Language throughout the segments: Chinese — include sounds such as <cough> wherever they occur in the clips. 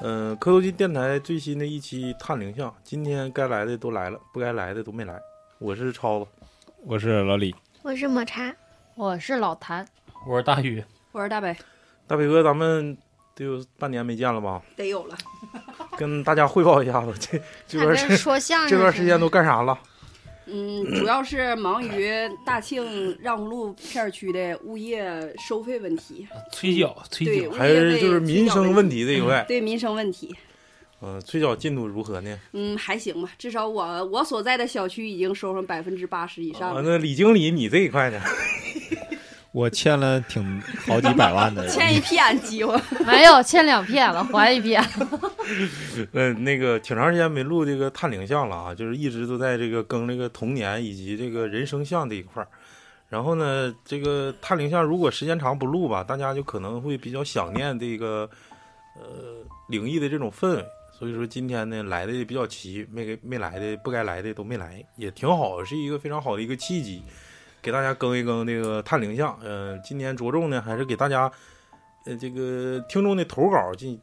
嗯、科头机电台最新的一期探灵像，今天该来的都来了，不该来的都没来。我是超子，我是老李，我是抹茶，我是老谭，我是大宇，我是大北，大北哥，咱们得有半年没见了吧？得有了。跟大家汇报一下子， <laughs> 这这还段跟时说相声这段似时的间都干啥了？嗯，主要是忙于大庆让胡路片区的物业收费问题，催缴催对，缴物业还是就是费民生问问，题这一块？对民生问题，嗯，催缴进度如何呢？嗯，还行吧，至少我我所在的小区已经收上百分之八十以上啊，了，那李经理，你这一块呢？我欠了挺好几百万的 <laughs> 欠一屁眼鸡我，没有欠两片了，还一 <laughs> 片。嗯，那个挺长时间没录这个探灵像了啊，就是一直都在这个更这个童年以及这个人生像这一块儿。然后呢，这个探灵像如果时间长不录吧，大家就可能会比较想念这个呃灵异的这种氛围。所以说今天呢来的也比较齐，没给没来的不该来的都没来，也挺好，是一个非常好的一个契机，给大家更一更这个探灵像。呃，今天着重呢还是给大家呃这个听众的投稿进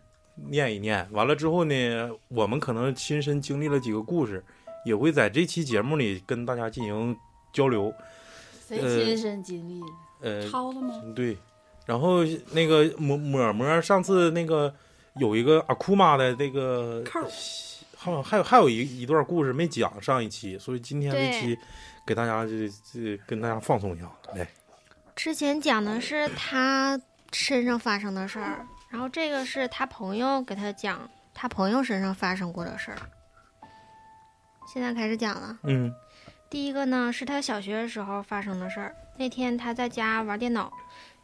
念一念，完了之后呢，我们可能亲身经历了几个故事，也会在这期节目里跟大家进行交流。谁亲身经历的？呃，超了吗？对，然后那个抹抹抹上次那个有一个阿库玛的那个扣儿，还有还有还有一一段故事没讲上一期，所以今天这对期给大家这这跟大家放松一下，来，之前讲的是他身上发生的事儿，然后这个是他朋友给他讲他朋友身上发生过的事儿。现在开始讲了，嗯第一个呢是他小学时候发生的事儿。那天他在家玩电脑，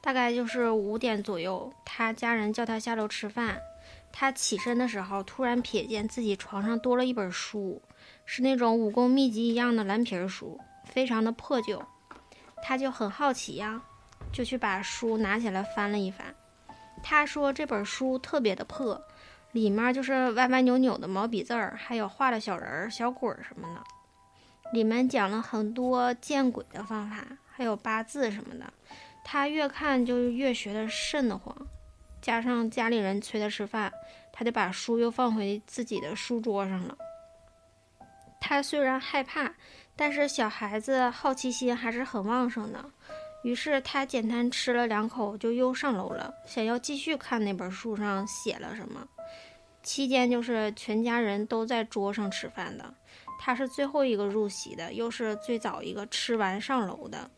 大概就是五点左右，他家人叫他下楼吃饭。他起身的时候，突然瞥见自己床上多了一本书，是那种武功秘籍一样的蓝皮儿书，非常的破旧。他就很好奇呀、就去把书拿起来翻了一翻。他说这本书特别的破，里面就是歪歪扭扭的毛笔字儿，还有画的小人儿、小鬼儿什么的。里面讲了很多见鬼的方法，还有八字什么的。他越看就越学的瘆得慌，加上家里人催他吃饭，他就把书又放回自己的书桌上了。他虽然害怕，但是小孩子好奇心还是很旺盛的，于是他简单吃了两口就又上楼了，想要继续看那本书上写了什么。期间就是全家人都在桌上吃饭的，他是最后一个入席的，又是最早一个吃完上楼的。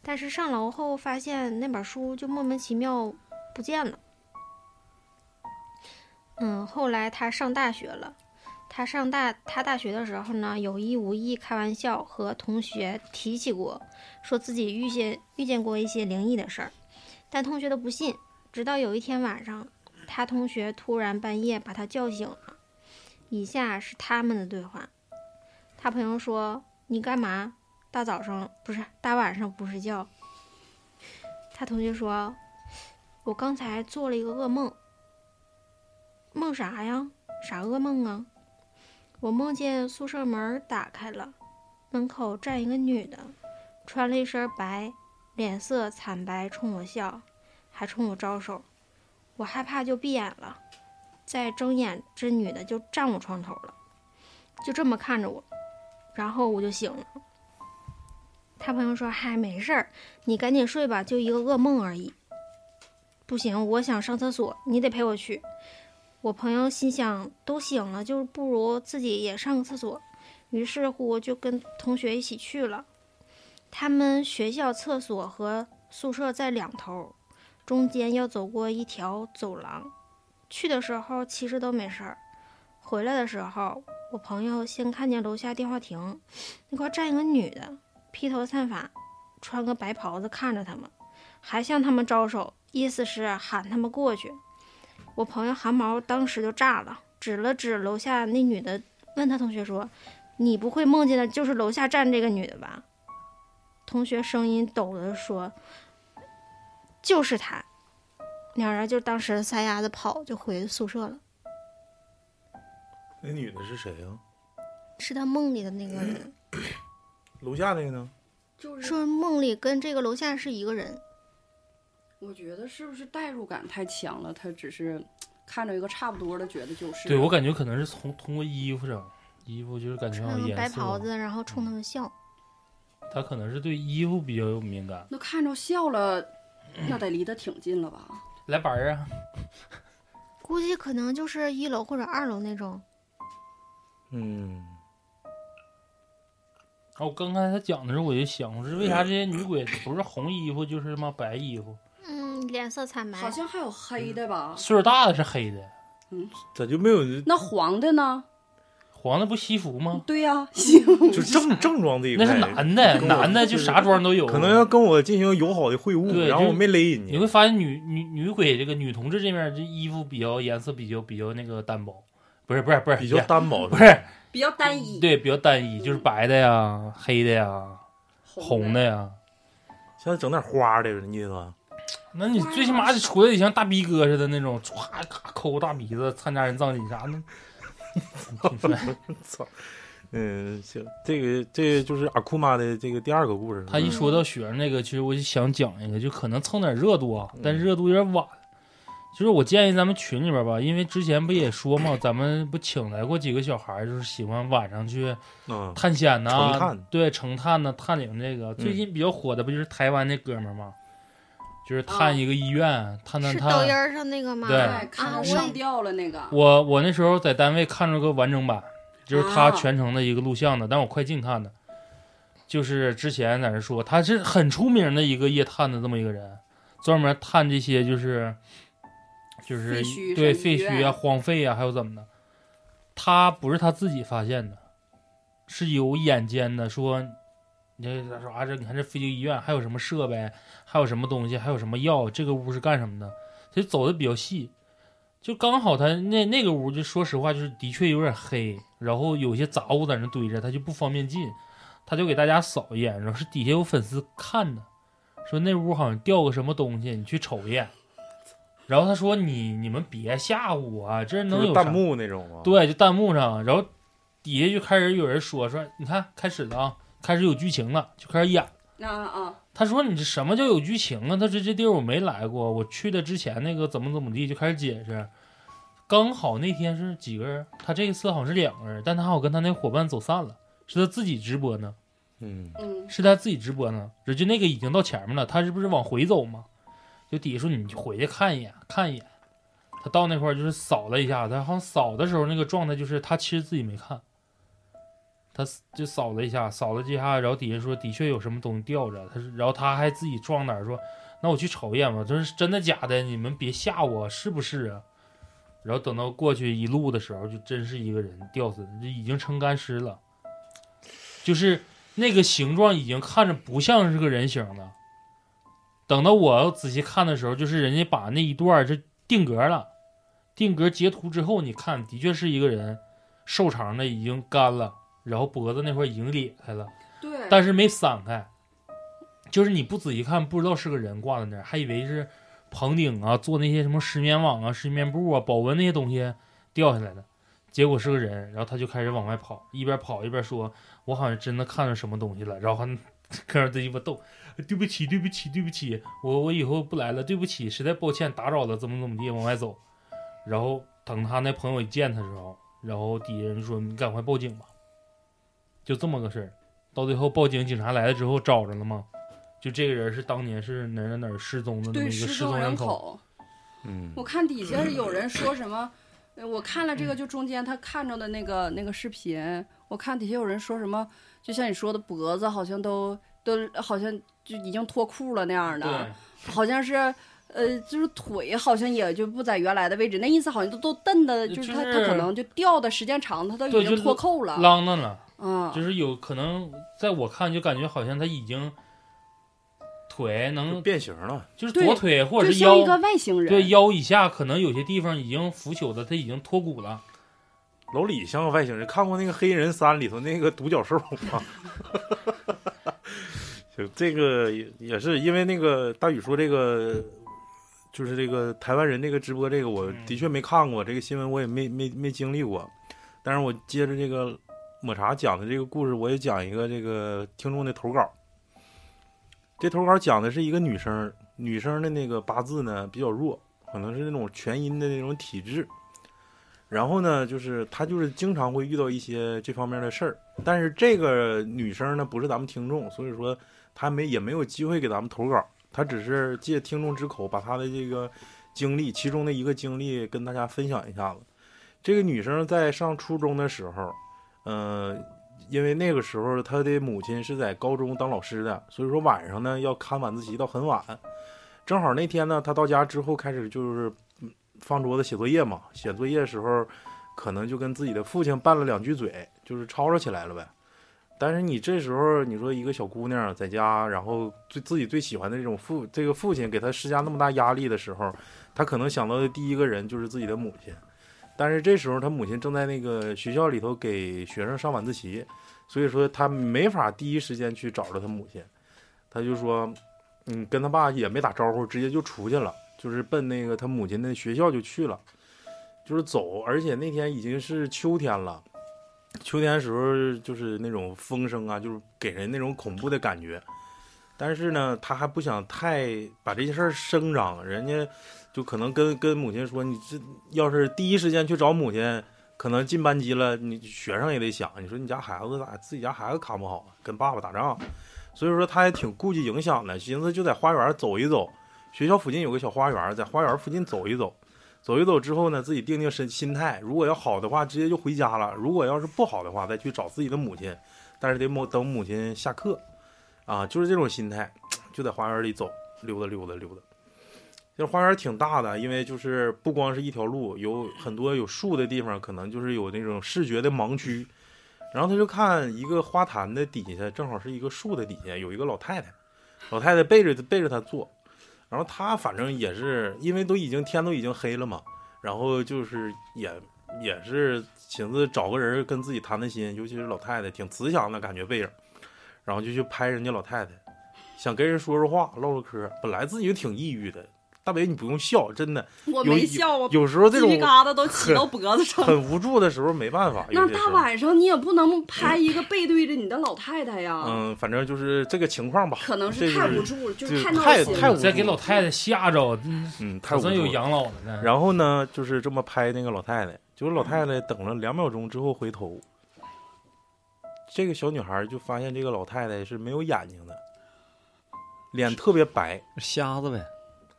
但是上楼后发现那本书就莫名其妙不见了。嗯，后来他上大学了。他上大他大学的时候呢，有意无意开玩笑和同学提起过，说自己遇见遇见过一些灵异的事儿，但同学都不信。直到有一天晚上，他同学突然半夜把他叫醒了。以下是他们的对话。他朋友说：“你干嘛？大早上不是大晚上不睡觉？”他同学说：“我刚才做了一个噩梦。梦啥呀？啥噩梦啊？我梦见宿舍门打开了，门口站一个女的，穿了一身白，脸色惨白，冲我笑，还冲我招手。我害怕就闭眼了，再睁眼，这女的就站我床头了，就这么看着我。”然后我就醒了。他朋友说：“嗨，没事儿，你赶紧睡吧，就一个噩梦而已。”不行，我想上厕所，你得陪我去。我朋友心想，都醒了，就不如自己也上个厕所。于是乎，就跟同学一起去了。他们学校厕所和宿舍在两头，中间要走过一条走廊。去的时候其实都没事儿，回来的时候我朋友先看见楼下电话亭那块站一个女的，披头散发，穿个白袍子看着他们，还向他们招手，意思是喊他们过去。我朋友汗毛当时就炸了，指了指楼下那女的，问他同学说：“你不会梦见的就是楼下站这个女的吧？”同学声音抖了说：“就是她。”两人就当时撒丫子跑就回宿舍了，那女的是谁啊？是他梦里的那个人。楼下那个呢？就是说梦里跟这个楼下是一个人，我觉得是不是代入感太强了，他只是看着一个差不多的，觉得就是。对我感觉可能是从通过衣服上，衣服哦就是感觉好穿像个颜白色，袍子，然后冲他们笑。他可能是对衣服比较有敏感。那看着笑了，那得离得挺近了吧？来玩儿啊，估计可能就是一楼或者二楼那种。嗯，啊，我刚才他讲的时候我就想，我说为啥这些女鬼不是红衣服就是他妈白衣服？嗯，脸色惨白好。像还有黑的吧？嗯岁数大的是黑的，咋就没有那黄的呢？黄的不西服吗？<laughs> 对呀、行，就正正装这一那块？是男 <laughs> 的，对男的就啥妆都有。可能要跟我进行友好的会晤，对然后就我没勒你你会。发现女女女鬼这个女同志这面这衣服比较颜色比较比较那个单薄，不是不是不是比较单薄， <laughs> 不是比较单一，对比较单一，就是白的呀、黑的呀、红红的呀。像整点花的，你意 <laughs> 思？那你最起码得出来得像大逼哥似的那种，歘咔抠个大鼻子，参加人葬礼啥的。嗯，行，这个这个就是阿库玛的这个第二个故事。他一说到雪儿那个，其实我就想讲一个，就可能蹭点热度啊，但是热度有点晚。就是我建议咱们群里边吧，因为之前不也说嘛，咱们不请来过几个小孩儿，就是喜欢晚上去嗯探险呐、成探对，成探呐、探灵这个最近比较火的不就是台湾那哥们儿吗？就是探一个医院，探探是抖音探。儿上那个吗？对哎，看啊，着我上也吊了那个，我我那时候在单位看着个完整版，就是他啊全程的一个录像的，但我快进看的。就是之前在那说，他是很出名的一个夜探的这么一个人，专门探这些就是就是废墟对什么医废墟啊、院荒废啊，还有怎么的。他不是他自己发现的，是有眼尖的说，你这他说啊，这你看这飞行医院还有什么设备，还有什么东西，还有什么药，这个屋是干什么的，他就走的比较细，就刚好他那那个屋就说实话就是的确有点黑，然后有些杂物在那堆着，他就不方便进，他就给大家扫一眼，然后是底下有粉丝看的，说那屋好像掉个什么东西，你去瞅一眼。然后他说你你们别吓唬我啊，这就能是有啥弹幕那种吗？，对，就弹幕上，然后底下就开始有人说说，你看开始了啊，开始有剧情了，就开始演。那啊啊，他说你这什么叫有剧情啊？他说这地儿我没来过，我去的之前那个怎么怎么地就开始解释。刚好那天是几个人，他这一次好像是两个人，但他好像跟他那伙伴走散了，是他自己直播呢，嗯，嗯，是他自己直播呢。就那个已经到前面了，他是不是往回走嘛？就底下说你回去看一眼，看一眼。他到那块儿就是扫了一下，他好像扫的时候那个状态就是他其实自己没看，他就扫了一下，扫了几下，然后底下说的确有什么东西吊着，他是然后他还自己撞哪儿说，那我去瞅一眼吧，这是真的假的？你们别吓我，是不是啊？然后等到过去一路的时候，就真是一个人吊死，就已经成干尸了，就是那个形状已经看着不像是个人形了。等到我要仔细看的时候，就是人家把那一段儿就定格了，定格截图之后，你看的确是一个人，瘦长的已经干了，然后脖子那块儿已经裂开了，对，但是没散开，就是你不仔细看不知道是个人挂在那儿，还以为是棚顶啊做那些什么石棉网啊、石棉布啊、保温那些东西掉下来的，结果是个人，然后他就开始往外跑，一边跑一边说：“我好像真的看着什么东西了。”然后还 <laughs> 跟着这鸡巴逗。对不起，对不起，对不起，我我以后不来了，对不起，实在抱歉，打扰了，怎么怎么地，往外走。然后等他那朋友一见他的时候，然后底下人说：“你赶快报警吧。”就这么个事儿。到最后报警，警察来了之后找着了吗？就这个人是当年是哪儿哪儿哪儿失踪的那么对一个失失踪人人口，口，嗯我看底下有人说什么，呃我看了嗯这个就中间他看着的那个那个视频，我看底下有人说什么，就像你说的脖子好像都都好像就已经脱裤了那样的， <laughs> 啊好像是呃就是腿好像也就不在原来的位置，那意思好像都都蹬的，呃就就是他是他可能就掉的时间长，他都对已就经是脱扣对，了，啷当了。嗯，就是有可能，在我看就感觉好像他已经腿就能变形了，就是对左腿或者就是像一个腰外星人，对腰以下，可能有些地方已经腐朽的，他已经脱骨了。老李像个外星人，看过那个《黑人三》里头那个独角兽吗？ <laughs> 就这个也也是因为那个大宇说这个，就是这个台湾人这个直播这个，我嗯的确没看过这个新闻，我也没没没经历过。但是我接着这个抹茶讲的这个故事，我也讲一个这个听众的投稿。这投稿讲的是一个女生，女生的那个八字呢比较弱，可能是那种全阴的那种体质。然后呢，就是她就是经常会遇到一些这方面的事儿，但是这个女生呢不是咱们听众，所以说她没也没有机会给咱们投稿，她只是借听众之口把她的这个经历，其中的一个经历跟大家分享一下子。这个女生在上初中的时候，呃，因为那个时候她的母亲是在高中当老师的，所以说晚上呢要看晚自习到很晚。正好那天呢，她到家之后开始就是嗯放桌子写作业嘛，写作业的时候可能就跟自己的父亲拌了两句嘴，就是吵吵起来了呗。但是你这时候，你说一个小姑娘在家，然后最自己最喜欢的这种父，这个父亲给她施加那么大压力的时候，她可能想到的第一个人就是自己的母亲。但是这时候他母亲正在那个学校里头给学生上晚自习，所以说他没法第一时间去找着他母亲，他就说，嗯，跟他爸也没打招呼，直接就出去了，就是奔那个他母亲的学校就去了，就是走，而且那天已经是秋天了，秋天的时候就是那种风声啊，就是给人那种恐怖的感觉，但是呢，他还不想太把这件事儿声张，人家就可能跟跟母亲说，你这要是第一时间去找母亲，可能进班级了，你学生也得想，你说你家孩子咋自己家孩子看不好啊，跟爸爸打仗，所以说他也挺顾忌影响的，寻思就在花园走一走，学校附近有个小花园，在花园附近走一走，走一走之后呢，自己定定身心态，如果要好的话，直接就回家了；如果要是不好的话，再去找自己的母亲，但是得母等母亲下课，啊，就是这种心态，就在花园里走，溜达溜达溜达。这花园挺大的，因为就是不光是一条路，有很多有树的地方，可能就是有那种视觉的盲区。然后他就看一个花坛的底下，正好是一个树的底下，有一个老太太，老太太背着背着他坐。然后他反正也是因为都已经天都已经黑了嘛，然后就是也也是寻思找个人跟自己谈谈心，尤其是老太太挺慈祥的感觉背影，然后就去拍人家老太太，想跟人说说话唠唠嗑。本来自己就挺抑郁的，大北你不用笑，真的我有没笑，我有时候这哦鸡皮种疙瘩都起到脖子上了。很无助的时候没办法，有那些时大候。晚上你也不能拍一个背对着你的老太太呀，嗯，反正就是这个情况吧，可能这是就太无助了，就就是太闹太心太了。无再给助老了太太吓着，嗯嗯，太可无助算有了。养老了呢。然后呢，就是这么拍那个老太太，结果老太太等了两秒钟之后回头，这个小女孩就发现这个老太太是没有眼睛的，脸特别白，瞎子呗，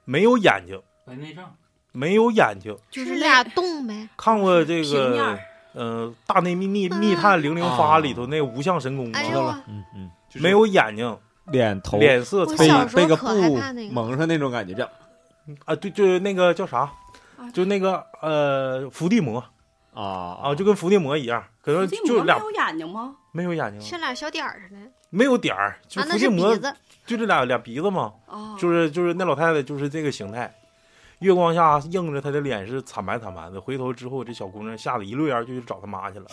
没有眼睛，白内障，没有眼睛。就是俩洞呗。看过这平面个儿呃《大内密密密探零零发》啊里头那个无相神功吗？哎知呦道啊，了，嗯嗯，没有眼睛，脸头脸色我苍被小白时候被个可害布怕那个蒙上那种感觉，这样啊，对，就那个叫啥啊，就那个呃伏地魔啊啊，就跟伏地魔一样，可能伏地魔就俩没有眼睛吗？没有眼睛。像俩小点儿似的，没有点儿，就啊，伏那地是魔鼻子，哦就这俩俩鼻子嘛，啊，就是就是那老太太就是这个形态，月光下映着她的脸是惨白惨白的。回头之后，这小姑娘吓得一溜烟儿就去找她妈去了，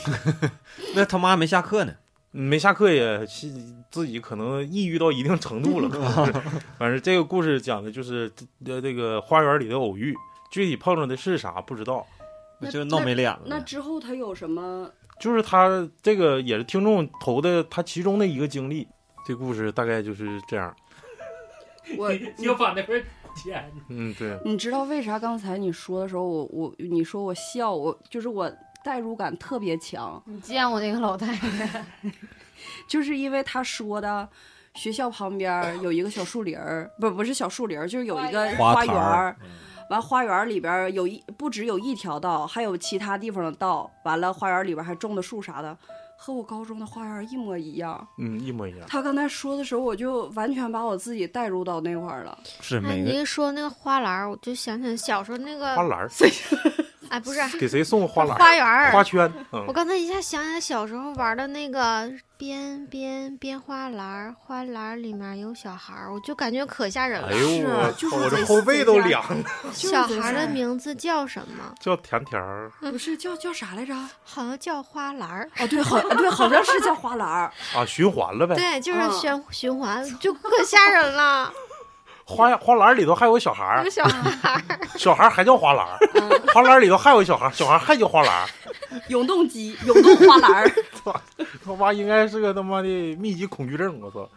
那他妈还没下课呢，没下课也是自己可能抑郁到一定程度 <laughs> 了。可能是反正这个故事讲的就是这这个花园里的偶遇，具体碰上的是啥不知道。那就闹没脸了那呗。之后他有什 <laughs> 么？就是他这个也是听众投的他其中的一个经历，这故事大概就是这样。我 <laughs> 要把那块捡。嗯，对，你知道为啥刚才你说的时候，我我你说我笑，我就是我代入感特别强，你见过那个老太太？就是因为他说的。学校旁边儿有一个小树林儿，不不是小树林儿，就是有一个花园坛儿儿。，嗯完，花园儿里边儿有一不只有一条道，还有其他地方的道。完了，花园儿里边儿还种的树啥的，和我高中的花园儿一模一样。嗯，一模一样。他刚才说的时候，我就完全把我自己带入到那块儿了。是哎，每你个一说那个花篮儿，我就想起来小时候那花个，篮儿，哎，不是给谁送花篮儿？花园儿，花圈，我嗯，刚才一下想起来小时候玩的那个编编编花篮儿，花篮儿里面有小孩儿，我就感觉可吓人了。哎呦，是我就是操我这这后背都四家凉了，就是小这孩儿事的儿名字叫什么？叫甜甜儿不是叫叫啥来着？哦，好像叫花篮儿。对，好对，好像是叫花篮儿。啊，循环了呗。对，就是嗯循、循环，就可吓人了。花花篮儿里头还有个小孩儿有，小孩儿， <laughs> 嗯小孩儿还叫花篮儿，花篮儿里头还有个小孩儿，小孩儿还叫花篮儿。永动机，永动花篮儿。他妈应该是个他妈的密集恐惧症，我操！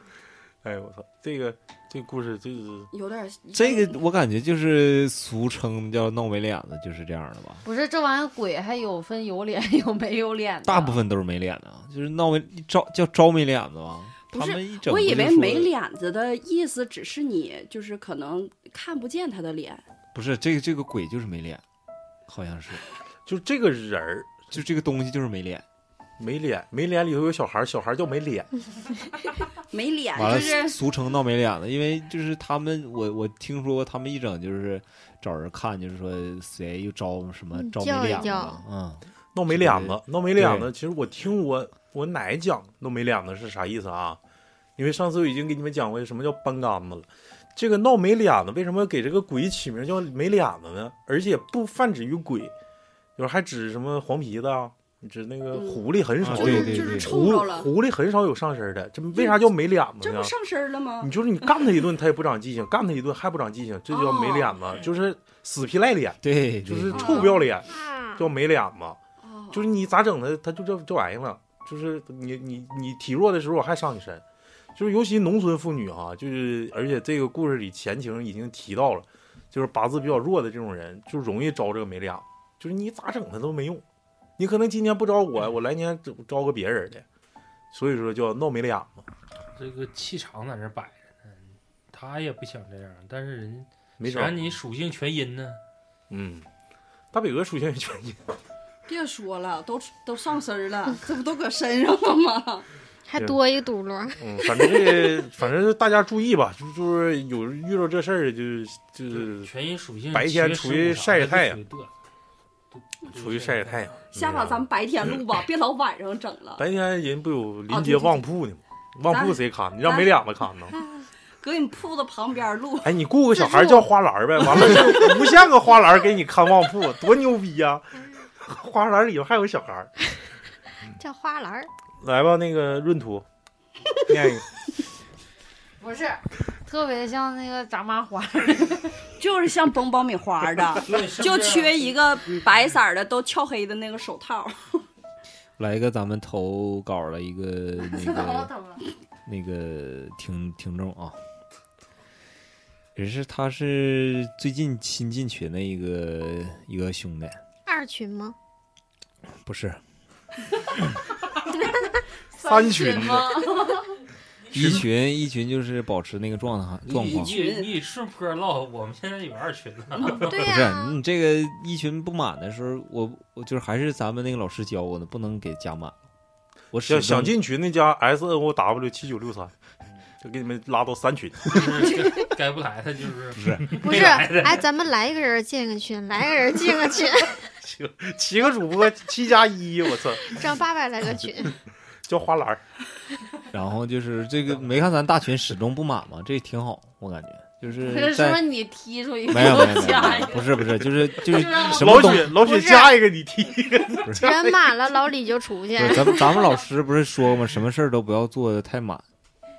哎呦我操，这个这故事就是有点儿这个我感觉就是俗称叫闹没脸子，就是这样的啊吧。不是这玩意儿鬼还有分有脸 <laughs> 有没有脸的，大部分都是没脸的，啊就是闹没招叫招没脸子吧。不他是们一整我以就为说没脸子的意思只是你就是可能看不见他的脸，不是这个这个鬼就是没脸，好像是就这个人儿就这个东西就是没脸。没脸，没脸里头有小孩儿，小孩儿叫没脸。没脸完了，就是俗称闹没脸子，因为就是他们，我我听说过他们一整就是找人看，就是说谁又招什么嗯招叫没一脸子叫了，嗯，闹没脸子，闹没脸子。其实我听我我奶讲闹没脸子是啥意思啊？因为上次我已经给你们讲过什么叫搬杆子了。这个闹没脸子为什么给这个鬼起名叫没脸子呢？而且不泛指于鬼，就是还指什么黄皮子啊，指那个嗯狐狸很少啊有，就对是对就是对臭狐着了，狐狸很少有上身的，这为啥叫没脸子这呢不？上身儿了吗你？就是你干他一顿，他也不长记性；干他一顿还不长记性，这叫没脸子，哦就是死皮赖脸，对，就是对臭不要嗯脸，啊叫没脸子。哦就是你咋整的，他就这这玩意儿了。就是你你你体弱的时候，我还上你身。就是尤其农村妇女哈、就是而且这个故事里前情已经提到了，就是八字比较弱的这种人，就容易招这个没俩。就是你咋整他都没用，你可能今年不招我，我来年招招个别人的。所以说叫闹没俩嘛，这个气场在那儿摆着呢，他也不想这样，但是人没谁招。让你属性全阴呢？嗯，大北哥出现原因，别说了，都都上身儿 <laughs> 了，这不都搁身上了 <laughs> 吗？还对多一个轱辘，嗯，反正这反正大家注意吧，就就是有遇到这事儿就是就是全阴属性，白天其实出去15晒晒太阳啥的都属于嘚瑟，出去晒晒太阳。下把咱们白天录吧，别老晚上整了。 <laughs> 白天人不有啊哦临对街对旺铺呢吗？旺铺谁看？你让没脸子看呢？搁你铺子旁边录，哎，你雇个小孩叫花篮呗，完了就无限个花篮给你看旺铺，多牛逼呀、 <laughs> 花篮里头还有小孩儿叫花篮儿。来吧，那个闰土， <laughs> 念一个。不是特别像那个炸麻花，就是像崩爆米花 <laughs> 的，对，是不啊就是缺一个白色儿的都翘黑的那个手套。 <laughs> 来一个咱们投稿的 <laughs> 一个那个那个听听众啊，也是他是最近新进群的一个一个兄弟，二群吗？不是三群吗？一群一群就是保持那个状态状你况。你你顺坡唠，我们现在有二群呢。 <laughs> 对不呀、是你这个一群不满的时候，我我就是还是咱们那个老师教我的，不能给加满。我始想终想进群的加 S N O W 七九六三，就给你们拉到三群。就是该该不来的就是不没是，来的哎，咱们来一个人建个群，来个人建个群，七个主播，七加一，我操，整八百来个群。叫花篮儿。然后就是这个，没看咱大群始终不满吗？这挺好，我感觉就 <laughs> 这是是不是在你踢出一个没有没有没加一有，个不是不是，就是就就是是让什么老东雪，老不雪是加一个你踢。人满了，老李就出去不。是咱们咱们老师不是说过吗？什么事儿都不要做的太满，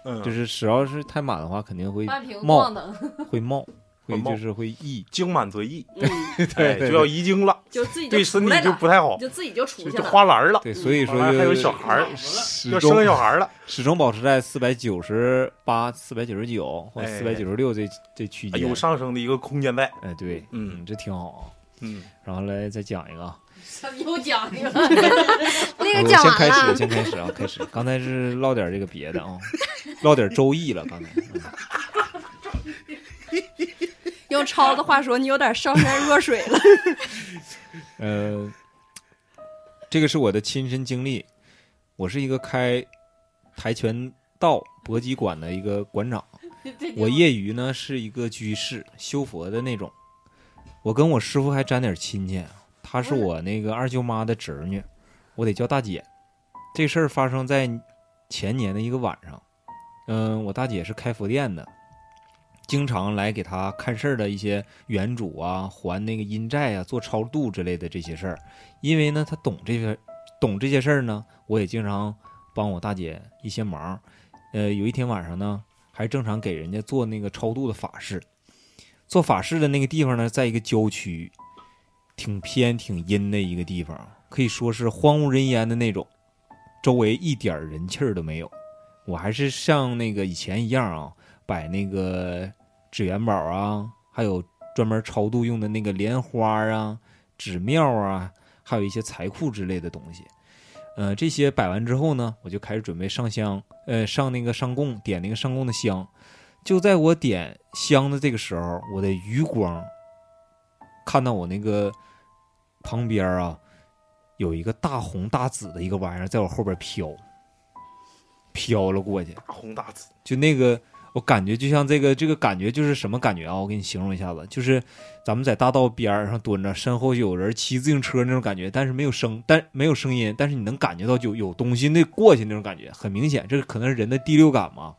嗯，就是只要是太满的话，肯定会半瓶冒晃 <laughs> 的，会冒，会会冒就是会溢。精满则溢，嗯，哎对就要遗精了，就自己对就身出体来就了，不太好你，就自己就出就去就了。花篮儿了。对，所以说完了还有就小孩儿始要终生个小孩儿了，始终保持在四百九十八、四百九十九或哎四百九十六这这区哎间。有上升的一个空间在。哎，对，嗯这挺好啊。嗯，然后来再讲一个啊，又讲一个，那我个讲先完开始，我了，先开始啊，开始。刚才是唠点这个别的啊，唠点《周易》了。刚才，嗯用超子话说，你有点上善若水 <laughs> 了。呃，这个是我的亲身经历。我是一个开跆拳道搏击馆的一个馆长，哎我业余呢是一个居士，修佛的那种。我跟我师傅还沾点亲戚，她是我那个二舅妈的侄女，我得叫大姐。这事儿发生在前年的一个晚上，嗯，我大姐是开佛店的，经常来给她看事儿的一些原主啊，还那个阴债啊，做超度之类的这些事儿。因为呢，她懂这些，懂这些事儿呢，我也经常帮我大姐一些忙。呃，有一天晚上呢，还正常给人家做那个超度的法事。做法事的那个地方呢，在一个郊区，挺偏挺阴的一个地方，可以说是荒无人烟的那种，周围一点儿人气儿都没有。我还是像那个以前一样啊，摆那个纸元宝啊，还有专门超度用的那个莲花啊、纸庙啊，还有一些财库之类的东西。呃，这些摆完之后呢，我就开始准备上香，呃，上那个上供，点那个上供的香。就在我点香的这个时候，我的余光看到我那个旁边啊，有一个大红大紫的一个玩意儿在我后边飘，飘了过去。大红大紫，就那个，我感觉就像这个这个感觉就是什么感觉啊？我给你形容一下子，就是咱们在大道边儿上蹲着，身后有人骑自行车那种感觉，但是没有声，但没有声音，但是你能感觉到有有东西那过去那种感觉，很明显，这可能是人的第六感嘛。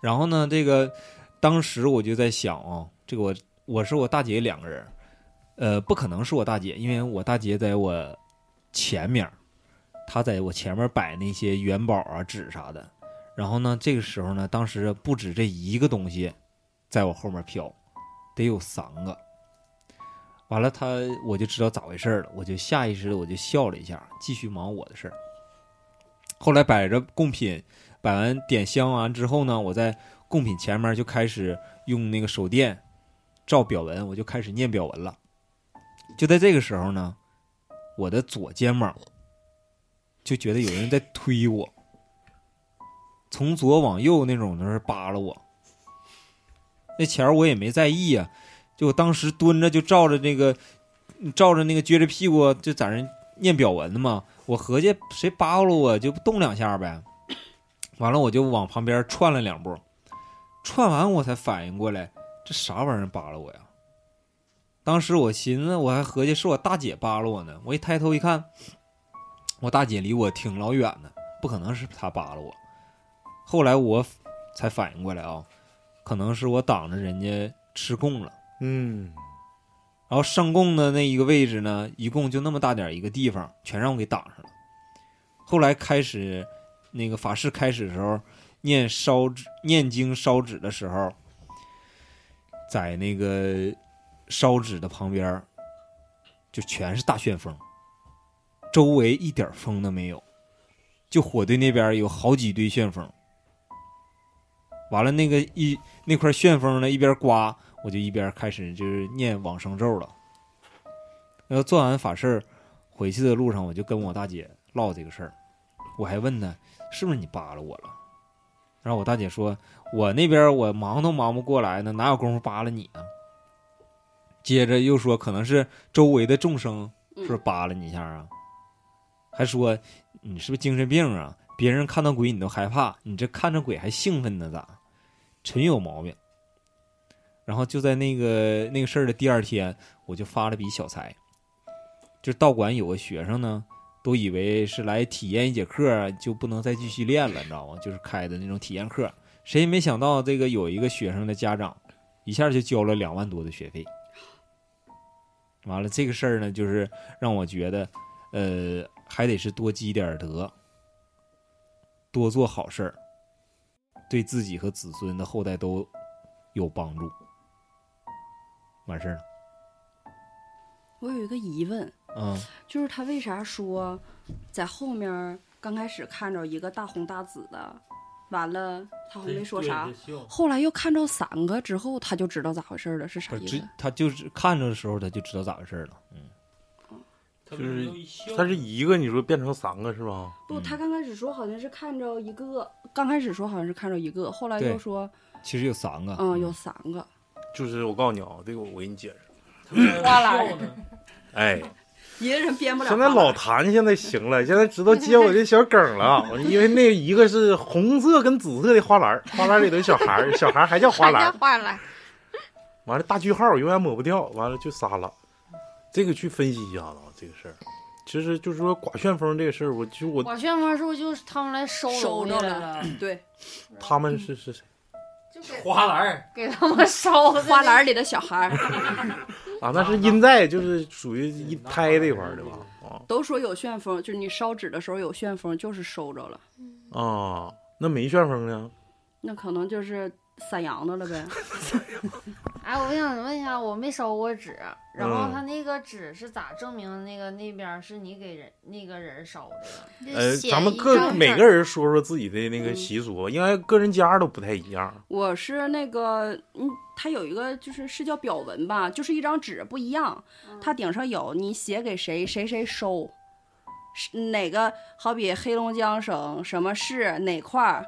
然后呢，这个当时我就在想啊，这个我我是我大姐两个人，呃，不可能是我大姐，因为我大姐在我前面儿，她在我前面儿摆那些元宝啊、纸啥的。然后呢，这个时候呢，当时不止这一个东西在我后面飘，得有三个。完了他，我就知道咋回事儿了，我就下意识的我就笑了一下，继续忙我的事儿。后来摆着贡品，摆完点香完之后呢，我在贡品前面就开始用那个手电照表文，我就开始念表文了。就在这个时候呢，我的左肩膀就觉得有人在推我，从左往右那种就是扒拉我。那前儿我也没在意啊，就我当时蹲着就照着那个，照着那个撅着屁股就在那念表文呢嘛。我合计谁扒拉我就动两下呗，完了我就往旁边窜了两步，窜完我才反应过来，这啥玩意儿扒拉我呀？当时我寻思，我还合计是我大姐扒拉我呢。我一抬头一看，我大姐离我挺老远的，不可能是她扒拉我。后来我才反应过来啊，可能是我挡着人家吃供了。嗯，然后上供的那一个位置呢，一共就那么大点儿一个地方，全让我给挡上了。后来开始那个法事开始的时候，念烧纸、念经烧纸的时候，在那个烧纸的旁边儿，就全是大旋风，周围一点儿风都没有，就火堆那边儿有好几堆旋风。完了，那个一那块旋风呢，一边刮，我就一边开始就是念往生咒了。然后做完法事儿回去的路上，我就跟我大姐唠这个事儿，我还问她是不是你扒拉我了。然后我大姐说：“我那边我忙都忙不过来呢，哪有功夫扒拉你啊？”接着又说：“可能是周围的众生是不是扒拉你一下啊？”还说：“你是不是精神病啊？别人看到鬼你都害怕，你这看着鬼还兴奋呢，咋？纯有毛病。”然后就在那个那个事儿的第二天，我就发了笔小财。就是道馆有个学生呢，都以为是来体验一节课就不能再继续练了，你知道吗？就是开的那种体验课，谁也没想到这个有一个学生的家长，一下就交了两万多的学费。完了这个事儿呢，就是让我觉得，呃，还得是多积点儿德，多做好事儿，对自己和子孙的后代都有帮助。完事儿了，我有一个疑问，嗯，就是他为啥说在后面儿刚开始看着一个大红大紫的，完了他还没说啥，后来又看着三个之后，他就知道咋回事儿了，是啥不是意知思？他就是看着的时候他就知道咋回事儿了，嗯，就是它是一个，你说变成三个是吧？不，嗯他刚开始说好像是看着一个，刚开始说好像是看着一个，后来对啊又说其实有三个，嗯有三个，就是我告诉你啊，这个我给你解释。花篮哎，一个人编不了。现在老谭现在行了，现在知道接我这小梗了， <laughs> 我因为那一个是红色跟紫色的花篮儿，花篮儿里头有小孩儿，小孩儿还叫花还篮叫儿，花篮，完了大句号永远抹不掉，完了就杀了。这个去分析一下子啊，这个事儿，其实就是说刮旋风这个事儿，我就我我旋风是不是就是他们来收收着着 <clears throat> 了？对，他们嗯是是谁就给花篮儿，给他们 <laughs> 烧的花篮儿里的小孩儿啊？那是阴在，就是属于一胎这块儿的吧？嗯啊都说有旋风，就是你烧纸的时候有旋风，就是收着了，啊，那没旋风呢？那可能就是散羊的了呗。哎，我想问一下，我没烧过纸，然后嗯他那个纸是咋证明那个那边儿是你给人那个人烧的呀？呃，咱们写一各张每纸个人说说自己的那个嗯习俗，应该个人家都不太一样。我是那个，嗯，它有一个就是是叫表文吧，就是一张纸不一样，它顶上有你写给谁，谁谁收，是哪个？好比黑龙江省什么市哪块儿，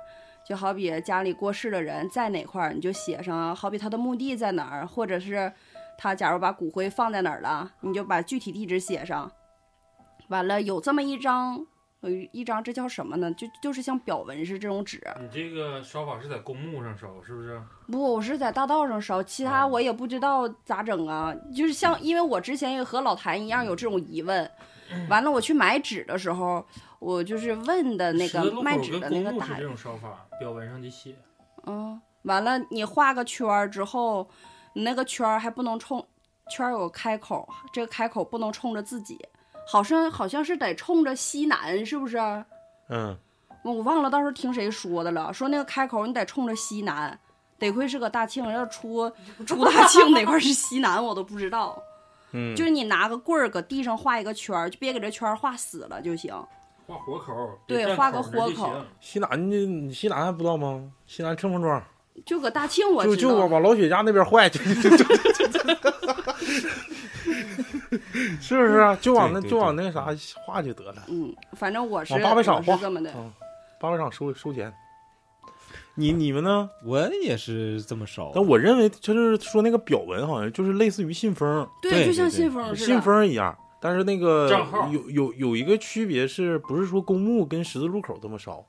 就好比家里过世的人在哪块儿，你就写上，好比他的墓地在哪儿，或者是他假如把骨灰放在哪儿了，你就把具体地址写上。完了，有这么一张，有一张这叫什么呢？就就是像表文是这种纸，你这个烧法是在公墓上烧，是不是？不，我是在大道上烧，其嗯他我也不知道咋整啊。就是像，因为我之前也和老谭一样有这种疑问，嗯完了我去买纸的时候，我就是问的那十字个路口卖纸的跟公那个墓是大这爷，种烧法，表文上得写。嗯，完了你画个圈儿之后，你那个圈儿还不能冲，圈儿有开口，这个开口不能冲着自己，好像好像是得冲着西南，是不啊是？嗯，我忘了当时听谁说的了，说那个开口你得冲着西南，得亏是个大庆，要出 <laughs> 出大庆哪块是西南我都不知道。嗯，就是你拿个棍儿搁地上画一个圈儿，就别给这圈儿画死了就行。画活口，对占画个口儿就活口行。西南你你西南还不知道吗？西南乘风庄，就搁大庆我就知就往道，往老雪家那边坏，就 <laughs> 就就就，是不是啊？就往那对对就往那啥画就得了，嗯，反正我是往八百场我画是这么的。嗯八百场收收钱。你你们呢？我也是这么烧，但我认为就是说那个表文好像就是类似于信封，对就像对对信封哦似的。信封一样，但是那个账号有有有一个区别是不是说公墓跟十字路口这么烧，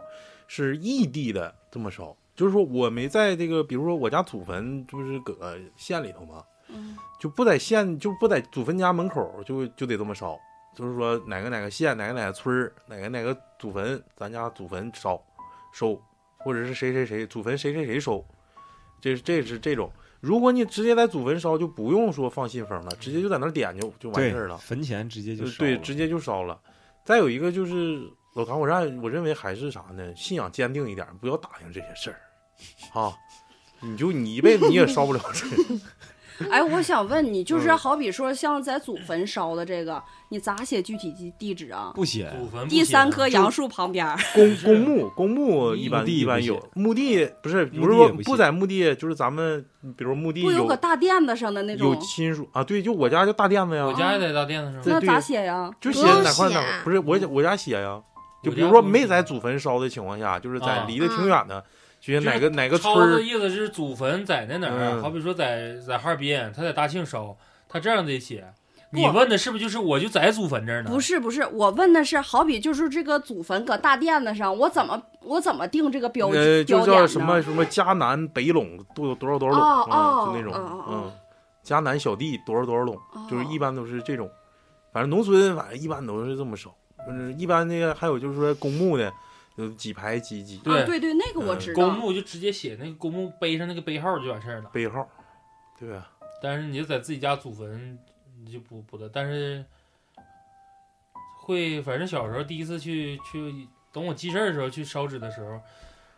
是异地的这么烧？就是说我没在这个，比如说我家祖坟就是搁县里头嘛，嗯就不在县就不在祖坟家门口就就得这么烧，就是说哪个哪个县哪个哪个村儿哪个哪个祖坟咱家祖坟烧收，或者是谁谁谁祖坟谁谁谁收，这是这是这种。如果你直接在祖坟烧，就不用说放信封了，直接就在那儿点就就完对事儿了。坟前直接就呃烧对，了直接就烧了。再有一个就是老唐，我让我认为还是啥呢？信仰坚定一点，不要打听这些事儿啊！你就你一辈子你也烧不了这个 <laughs> 哎，我想问你，就是嗯好比说像在祖坟烧的这个，你咋写具体地地址啊？不写，祖坟不第三行啊棵杨树旁边儿，公公墓，公墓墓一般地一不般写有墓地，不是墓不是地说也不不写在墓地，就是咱们比如墓地不有搁有大垫子上的那有种，亲属啊，对，就我家就大垫子呀我，家也在大垫子上。对那咋写呀？就不写用哪块哪写啊块，不是嗯我家我家写呀，就比我家如说不没写在祖坟烧的情况下，就是在啊离得挺嗯远的，就像哪个哪个村超儿的意思是祖坟在那哪儿？啊嗯好比说在在哈尔滨，他在大庆烧，他这样得写。不你问的是不是就是我就在祖坟这嗯儿呢？不是不是，我问的是，好比就是这个祖坟搁大垫子上，我怎么我怎么定这个标呃，记就标叫点什呢么什么迦南北垄多少多少多少哦垄，嗯，哦就那种哦，嗯哦，迦南小弟多少多少垄，就是一哦般都是这种，反正农村反正一般都是这么烧，就是一般那个还有就是说公墓的，有几排几几对啊对对，那个我嗯知公道。墓就直接写那个公墓碑上那个碑号就完事儿了。背号，对吧？但是你就在自己家祖坟，你就不不得，但是会，反正小时候第一次去去，等我记事儿的时候去烧纸的时候，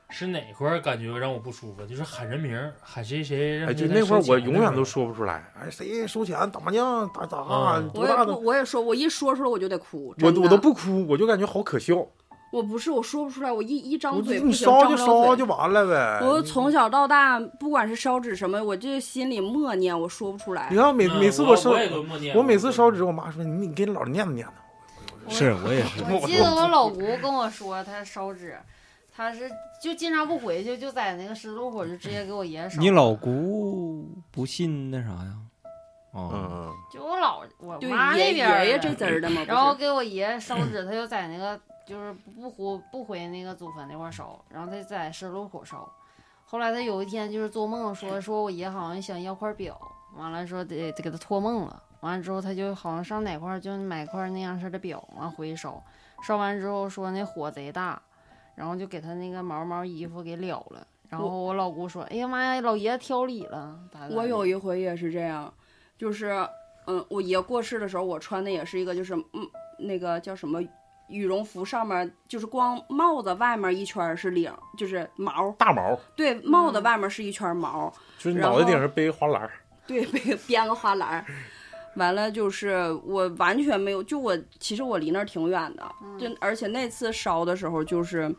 是哪块儿感觉让我不舒服？就是喊人名儿，喊谁谁让哎，谁就来那会儿收我钱永远啊那都种说不出来，哎，谁收钱打麻将打咋嗯多我大也的不，，我也说，我一说出来我就得哭，我真的我都，不哭，我就感觉好可笑，我不是我说不出来，我一一张我就嘴你不行，烧张就不了烧嘴就完了呗。我从小到大，不管是烧纸什么，我这心里默念，我说不出来你。看每嗯每次我烧我，也都默念我每次烧纸，我妈说你你给老念叨念叨。是我也是， <laughs> 我记得我老姑跟我说，她烧纸，她是就经常不回去，就在那个十字路口就直接给我爷烧。你老姑不信那啥呀？哦，嗯，就我老我对妈那爷边儿爷爷的这字儿的嘛，不然后是给我爷烧纸，他就在那个就是不回不回那个祖坟那块儿烧，然后他在十字路口烧。后来他有一天就是做梦说说我爷好像想要块表，完了说得得给他托梦了。完了之后他就好像上哪块儿就买块儿那样式儿的表，完回去烧，烧完之后说那火贼大，然后就给他那个毛毛衣服给燎了。然后我老姑说：“哎呀妈呀，老爷挑理了。咋咋地”我有一回也是这样，就是嗯，我爷过世的时候，我穿的也是一个就是嗯那个叫什么羽绒服，上面就是光帽子外面一圈是领，就是毛，大毛，对，帽子嗯外面是一圈毛，就是然脑后袋顶上背个花篮儿，对，被编个花篮儿。完了就是我完全没有，就我其实我离那儿挺远的，就而且那次烧的时候就是。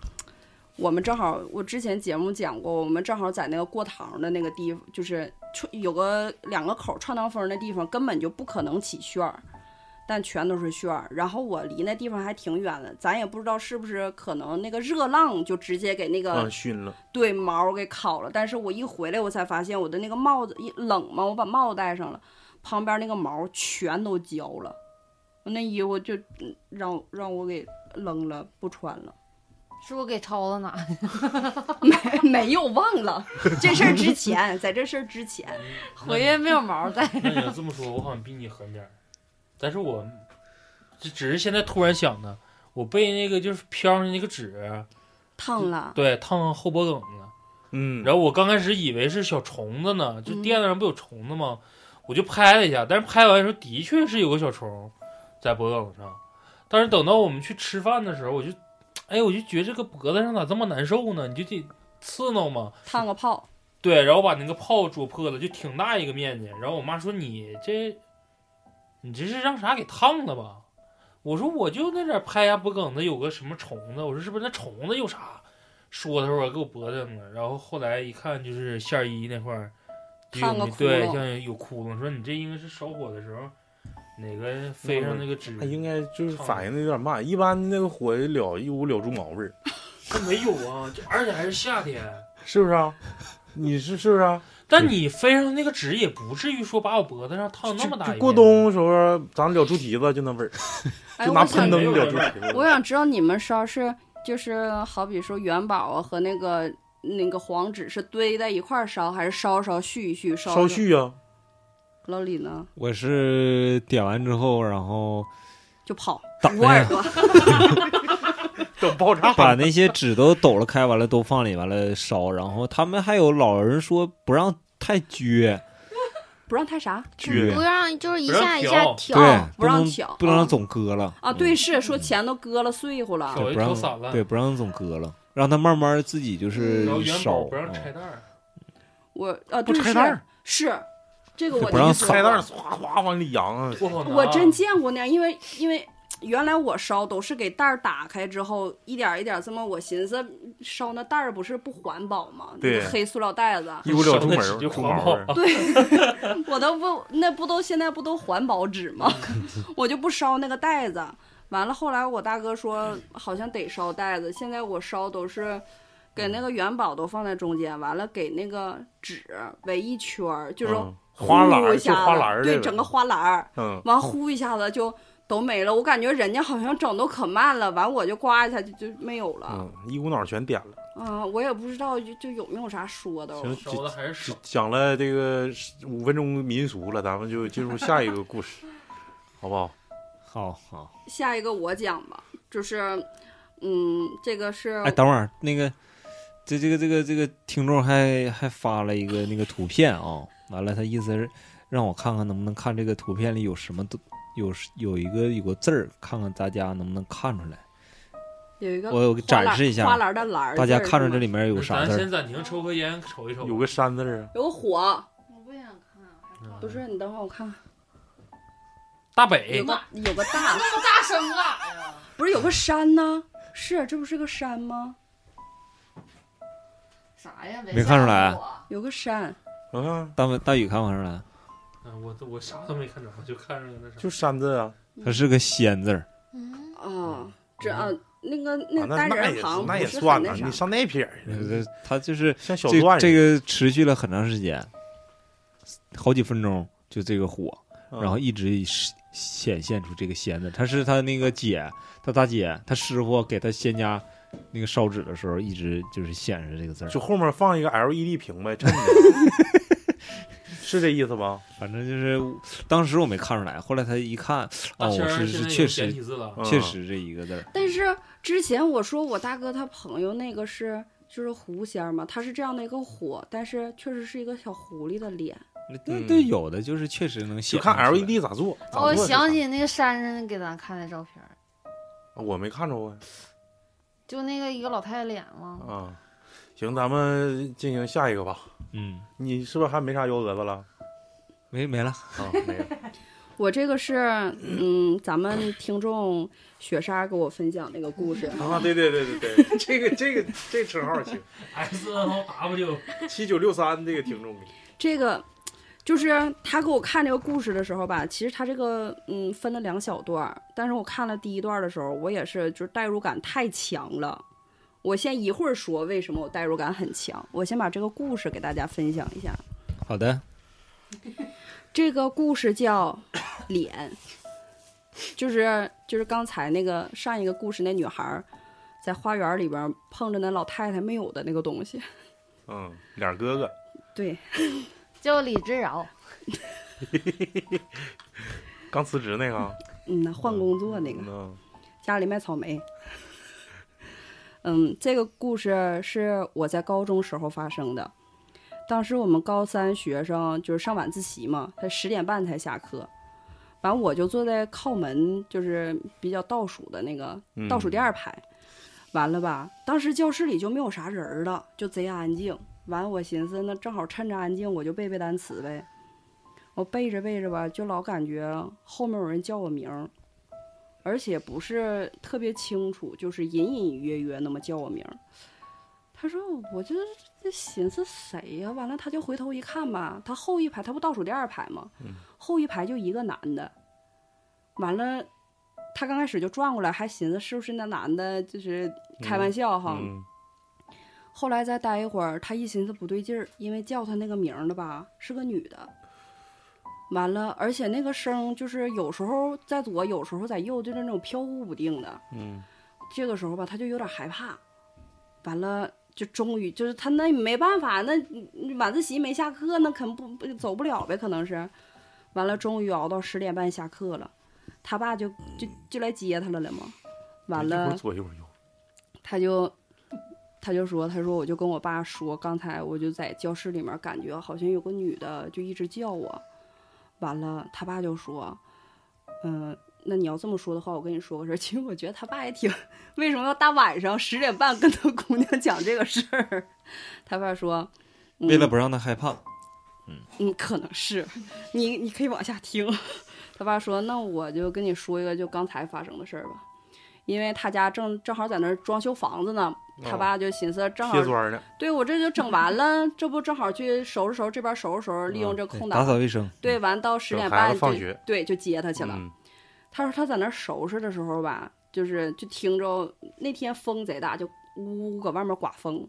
我们正好，我之前节目讲过，我们正好在那个过堂的那个地，就是串有个两个口串堂风的地方，根本就不可能起旋儿，但全都是旋儿。然后我离那地方还挺远的，咱也不知道是不是可能那个热浪就直接给那个啊，熏了，对毛给烤了，但是我一回来我才发现我的那个帽子一冷嘛，我把帽子戴上了，旁边那个毛全都焦了，那衣服就嗯让让我给扔了，不穿了。是不是给超子拿的？没没有忘了这事儿之前，在这事儿之前，回去没有毛 <laughs> 在。那你要这么说，我好像比你狠点儿，但是我只只是现在突然想的，我被那个就是飘上去那个纸，烫了。对，烫后脖梗了。嗯，然后我刚开始以为是小虫子呢，就垫子上不有虫子吗？我就拍了一下，但是拍完的时候的确是有个小虫在脖梗上，但是等到我们去吃饭的时候，我就，哎，我就觉得这个脖子上咋这么难受呢？你就得刺挠嘛。烫个泡，对，然后把那个泡啄破了，就挺大一个面积。然后我妈说：“你这，你这是让啥给烫了吧？”我说：“我就那点儿拍呀脖梗子有个什么虫子，我说是不是那虫子有啥说头啊，给我脖子上了。”然后后来一看，就是线儿衣那块儿就有烫个那窟对，窿像有窟窿。说你这应该是烧火的时候哪个飞上那个纸，它应该就是反应的有点慢，一般那个火一燎一屋燎出毛味儿，它没有啊，就而且还是夏天。是不是啊？你是是不是 <laughs> 啊？但你飞上那个纸也不至于说把我脖子上烫那么大就一就过面冬积时候，咱燎猪蹄子就那味儿，哎，就拿 <laughs> 我喷想，灯燎猪蹄我子。想知道你们烧是就是好比说元宝啊和那个那个黄纸是堆在一块儿烧，还是烧烧续一续烧？烧。絮 <laughs> 啊，老李呢我是点完之后，然后就跑，打捂耳朵。等爆炸把那些纸都抖了开，完了都放里，完了烧。然后他们还有老人说不让太撅，不让太啥撅不让就是一不让下一挑下挑，对，不让能挑不能啊让总割了啊？嗯对，，是说钱都割了碎乎了手，对一不挑让散了对，不让总割了，让他慢慢自己就是嗯然后元烧宝，不让嗯拆袋儿，我啊不对拆袋是儿，是这个就我不让理解扫拆弹唰哗往里扬啊，啊不好拿。我真见过那样，因为因为原来我烧都是给袋儿打开之后一点儿一点儿这么，我寻思烧那袋儿不是不环保吗？那对，个黑塑料袋子一屋燎出门手指儿就出狂毛味儿跑。我都不那不都现在不都环保纸吗？ <laughs> 我就不烧那个袋子。完了，后来我大哥说好像得烧袋子，现在我烧都是。给那个元宝都放在中间，完了给那个纸围一圈儿，就是嗯花篮呼儿，一就下花子篮儿这对，个整个花篮儿，嗯，完呼一下子就都没了。我感觉人家好像整都可慢了，完我就呱一下就就没有了。嗯，一股脑儿全点了。啊，我也不知道就就有没有啥说的。行烧的还是少。讲了这个五分钟民俗了，咱们就进入下一个故事，好不好？好好。下一个我讲吧，就是，嗯，这个是哎，等会儿那个，这这个这个这个听众还还发了一个那个图片啊、完了他意思是让我看看能不能看这个图片里有什么都有有一个有个字儿，看看大家能不能看出来。有一个我我花篮展示一下，花篮的篮儿字大儿，家看着是这吗里面有啥咱字儿？先暂停，抽根烟，瞅一瞅。有个山字儿啊，有个火，我不想看，嗯不是你等会儿我看看，大有哎北，个有个大，那么大声啊干啥呀？不是有个山呢？是这不是个山吗？啥呀？没看出啊来吓我有个山，我看大文大宇看不看出来？嗯我我啥都没看着，就看着那啥。就山字啊，它是个仙字儿，嗯，啊，这啊那个啊那那单那也人是行那不也是算很呐，那你啥，上那撇儿去了，它它就是像小这段这个，个持续了很长时间，好几分钟就这个火，嗯然后一直是显现出这个仙字。他是他那个姐，他大姐，他师傅给他仙家那个烧纸的时候，一直就是显示这个字儿啊就。后面放一个 LED 屏呗，衬的， <laughs> 是这意思吧？反正就是当时我没看出来，后来他一看，大哦，仙我儿是现是在确有简体实字了，嗯确，实这一个字儿。但是之前我说我大哥他朋友那个是就是狐仙儿嘛，他是这样的一个火，但是确实是一个小狐狸的脸。对嗯对，有的就是确实能就显。看 LED 咋做。咋哦我做就想看，起那个山上给咱看的照片儿，啊我没看着过就那个一个老太太脸嘛，啊。行，咱们进行下一个吧。嗯，你是不是还没啥幺蛾子了？没没了。啊，没有，我这个是，嗯，咱们听众雪莎给我分享那个故事，啊，对对对对对，这个这个这称号行， S N O W 七九六三这个听众这个就是他给我看这个故事的时候吧，其实他这个嗯分了两小段儿，但是我看了第一段儿的时候，我也是就是代入感太强了。我先一会儿说为什么我代入感很强，我先把这个故事给大家分享一下。好的，这个故事叫脸，就是就是刚才那个上一个故事那女孩儿在花园里边儿碰着那老太太没有的那个东西。嗯，脸儿哥哥，对，叫李之饶，刚辞职那个，啊嗯，那换工作那个。嗯，家里卖草莓。 <laughs> 嗯，这个故事是我在高中时候发生的。当时我们高三学生就是上晚自习嘛，他十点半才下课，完我就坐在靠门，就是比较倒数的那个嗯倒数第二排。完了吧，当时教室里就没有啥人儿了，就贼安静。完，我寻思那正好趁着安静，我就背背单词呗。我背着背着吧，就老感觉后面有人叫我名儿，而且不是特别清楚，就是隐隐约约那么叫我名儿。他说，我就这寻思谁呀、完了，他就回头一看吧，他后一排，他不倒数第二排吗？嗯后一排就一个男的。完了，他刚开始就转过来，还寻思是不是那男的就是开玩笑哈。嗯后来再待一会儿，他一寻思不对劲儿，因为叫他那个名儿的吧是个女的。完了，而且那个声就是有时候在左，有时候在右，就是那种飘忽不定的。嗯这个时候吧，他就有点害怕。完了，就终于就是他那没办法，那晚自习没下课，那肯不不走不了呗，可能是。完了，终于熬到十点半下课了，他爸就就就来接他了了嘛。完一了会儿，左一会儿右，他就他就说，他说我就跟我爸说，刚才我就在教室里面感觉好像有个女的就一直叫我，完了他爸就说，嗯、那你要这么说的话，我跟你说个事儿，其 <laughs> 实我觉得他爸也挺，为什么要大晚上十点半跟他姑娘讲这个事儿？ <laughs> 他爸说，嗯、为了不让他害怕，嗯，可能是，你你可以往下听。 <laughs> 他爸说：“那我就跟你说一个就刚才发生的事儿吧，因为他家正正好在那儿装修房子呢，他哦爸就寻思正好贴砖呢，对我这就整完了，这不正好去收拾收拾这边收拾收拾，利用嗯这啊对空打档，扫卫生，对，完到十等点孩子半放就学对就接他去了。嗯他说他在那儿收拾的时候吧，就是就听着那天风贼大，就呜呜搁外面刮风，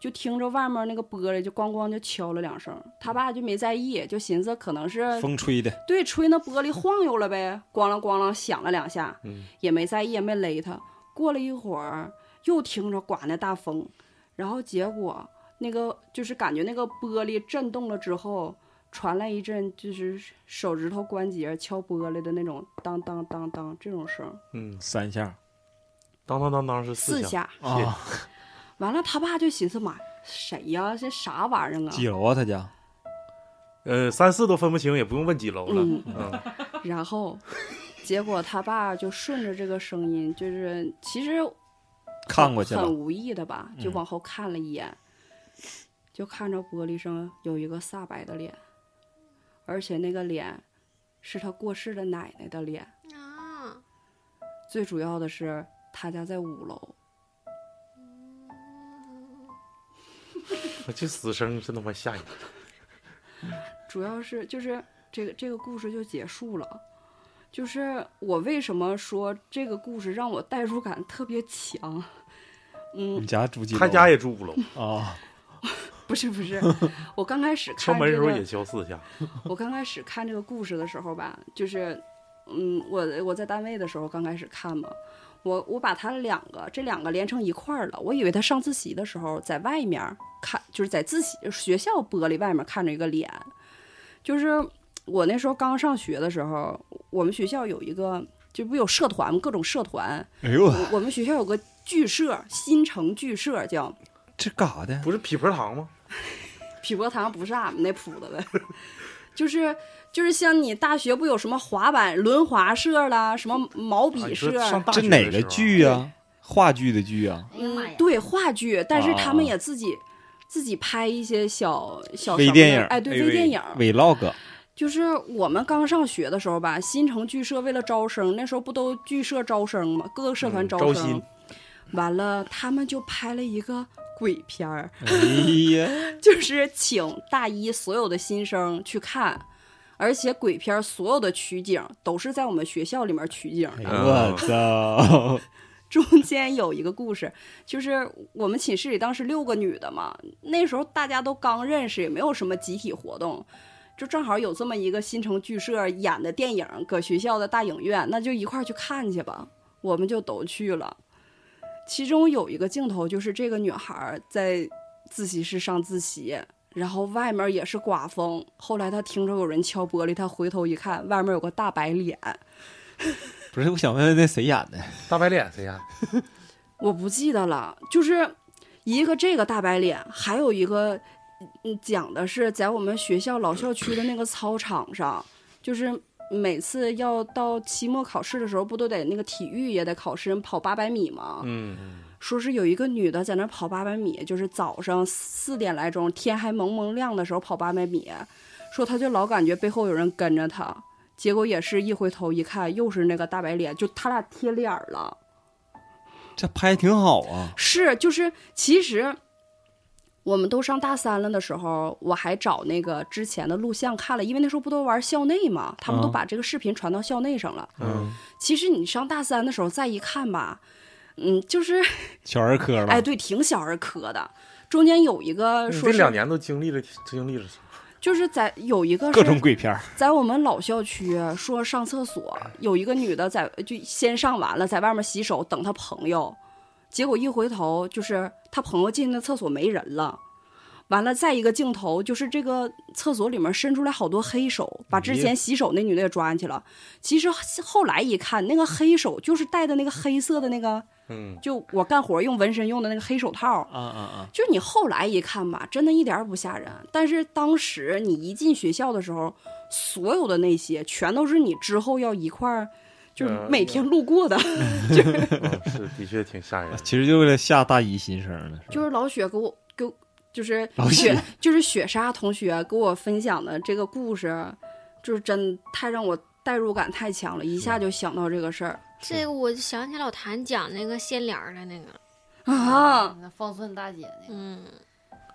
就听着外面那个玻璃就咣咣就敲了两声。他爸就没在意，就寻思可能是风吹的，对吹那玻璃晃悠了呗，咣啷咣啷响了两下，嗯也没在意，也没勒他。过了一会儿，又听着刮那大风，然后结果那个就是感觉那个玻璃震动了之后，传来一阵就是手指头关节敲玻璃的那种当当当当这种声，嗯，三下当当当当是四下，下。啊，完了，他爸就寻思妈，谁呀？这啥玩意儿啊？几楼啊？他家呃，三四都分不清，也不用问几楼了，嗯嗯然后，结果他爸就顺着这个声音，就是其实看过去很了，无意的吧，嗯就往后看了一眼，就看着玻璃上有一个煞白的脸，而且那个脸是他过世的奶奶的脸。啊，最主要的是，他家在五楼。我这死生真他妈吓人，主要是就是这个这个故事就结束了。就是我为什么说这个故事让我代入感特别强？嗯 <laughs> 你，家住几楼？他家也住五楼，啊，不是不 <laughs> 是，我刚开始敲看门这时候个也敲四下，我刚开始看这个故事的时候吧，就是，嗯，我我在单位的时候刚开始看嘛，我我把它两个这两个连成一块儿了，我以为他上自习的时候在外面看，就是在自习学校玻璃外面看着一个脸，就是我那时候刚上学的时候，我们学校有一个就不有社团吗各种社团，哎呦，我我们学校有个剧社，新城剧社叫。这干啥的？不是匹婆堂吗？匹婆堂不是俺们那铺子的，就是就是像你大学不有什么滑板、轮滑社啦，什么毛啊笔你社说，上大这学哪的时个候啊剧啊？话剧的剧啊？哎呀妈嗯，呀，对，话剧，但是他们啊也自己、自己拍一些小小微什么电的影哎，对，微微电影， vlog 就是我们刚上学的时候吧，新城剧社为了招生，那时候不都剧社招生吗？各个社团嗯招生，新完了他们就拍了一个鬼片儿，哎呀，就是请大一所有的新生去看，而且鬼片儿所有的取景都是在我们学校里面取景哎的。呦我 <laughs> 操！ <laughs> 中间有一个故事，就是我们寝室里当时六个女的嘛，那时候大家都刚认识，也没有什么集体活动，就正好有这么一个新城剧社演的电影，搁学校的大影院，那就一块儿去看去吧。我们就都去了。其中有一个镜头就是这个女孩在自习室上自习，然后外面也是刮风。后来她听着有人敲玻璃，她回头一看，外面有个大白脸。不是，我想问问那谁演的？大白脸谁呀？我不记得了，就是一个这个大白脸，还有一个，嗯，讲的是在我们学校老校区的那个操场上，就是每次要到期末考试的时候，不都得那个体育也得考试，人跑八百米吗？嗯，嗯说是有一个女的在那儿跑八百米，就是早上四点来钟，天还蒙蒙亮的时候跑八百米，说她就老感觉背后有人跟着她，结果也是一回头一看，又是那个大白脸，就他俩贴脸儿了。这拍挺好啊，是，就是其实我们都上大三了的时候，我还找那个之前的录像看了，因为那时候不都玩校内嘛，他们都啊把这个视频传到校内上了。嗯，其实你上大三的时候再一看吧，嗯，就是小儿科了。哎，对，挺小儿科的。中间有一个你说嗯这两是，年都经历了经历了啥？就是在有一个各是种鬼片儿，在我们老校区说上厕所，有一个女的在就先上完了，在外面洗手等她朋友，结果一回头就是她朋友进那厕所没人了。完了，再一个镜头就是这个厕所里面伸出来好多黑手，把之前洗手那女的也抓进去了。其实后来一看，那个黑手就是戴的那个黑色的那个，嗯，就我干活用纹身用的那个黑手套，啊啊啊！就你后来一看吧，真的一点儿也不吓人。但是当时你一进学校的时候，所有的那些全都是你之后要一块儿，就是嗯每天路过的。嗯是的确挺吓人 <laughs> 的。其实就为了吓大一新生的， <laughs> 就是是老雪给我给我就是老雪雪就是雪莎同学给我分享的这个故事，就是真太让我代入感太强了，一下就想到这个事儿这个我想起老谭讲那个掀帘儿的那个，啊，那方寸大姐那个嗯，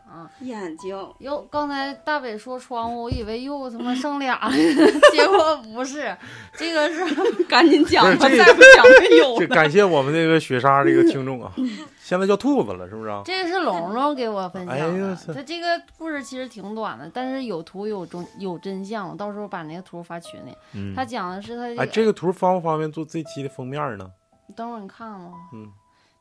啊，眼睛又刚才大北说窗户，我以为又他妈剩俩了， <laughs> 结果不是，这个是赶紧讲吧，不是这再不讲没有这了。感谢我们这个雪莎这个听众啊， <laughs> 现在叫兔子了，是不是啊？嗯这个是龙龙给我分享哎呦的我。操他这个故事其实挺短的，但是有图有真有真相，我到时候把那个图发群里。嗯他，讲的是他哎，这个图方不方便做这期的封面呢？等会儿你看吗？嗯，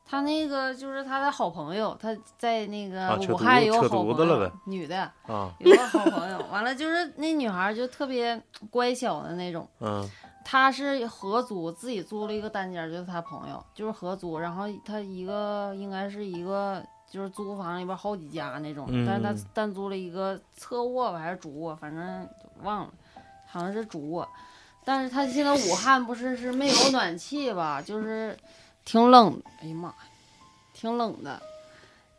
他那个就是他的好朋友，他在那啊个扯犊武汉子有扯个好犊子朋了友呗，女的啊，有个好朋友，完了就是那女孩儿就特别乖巧的那种。嗯他是合租，自己租了一个单间儿，就是他朋友，就是合租。然后他一个应该是一个就是租房里边好几家那种，但是嗯他单租了一个侧卧吧还是主卧，反正忘了，好像是主卧。但是他现在武汉不是是没有暖气吧，就是挺冷的，哎呀妈呀，挺冷的。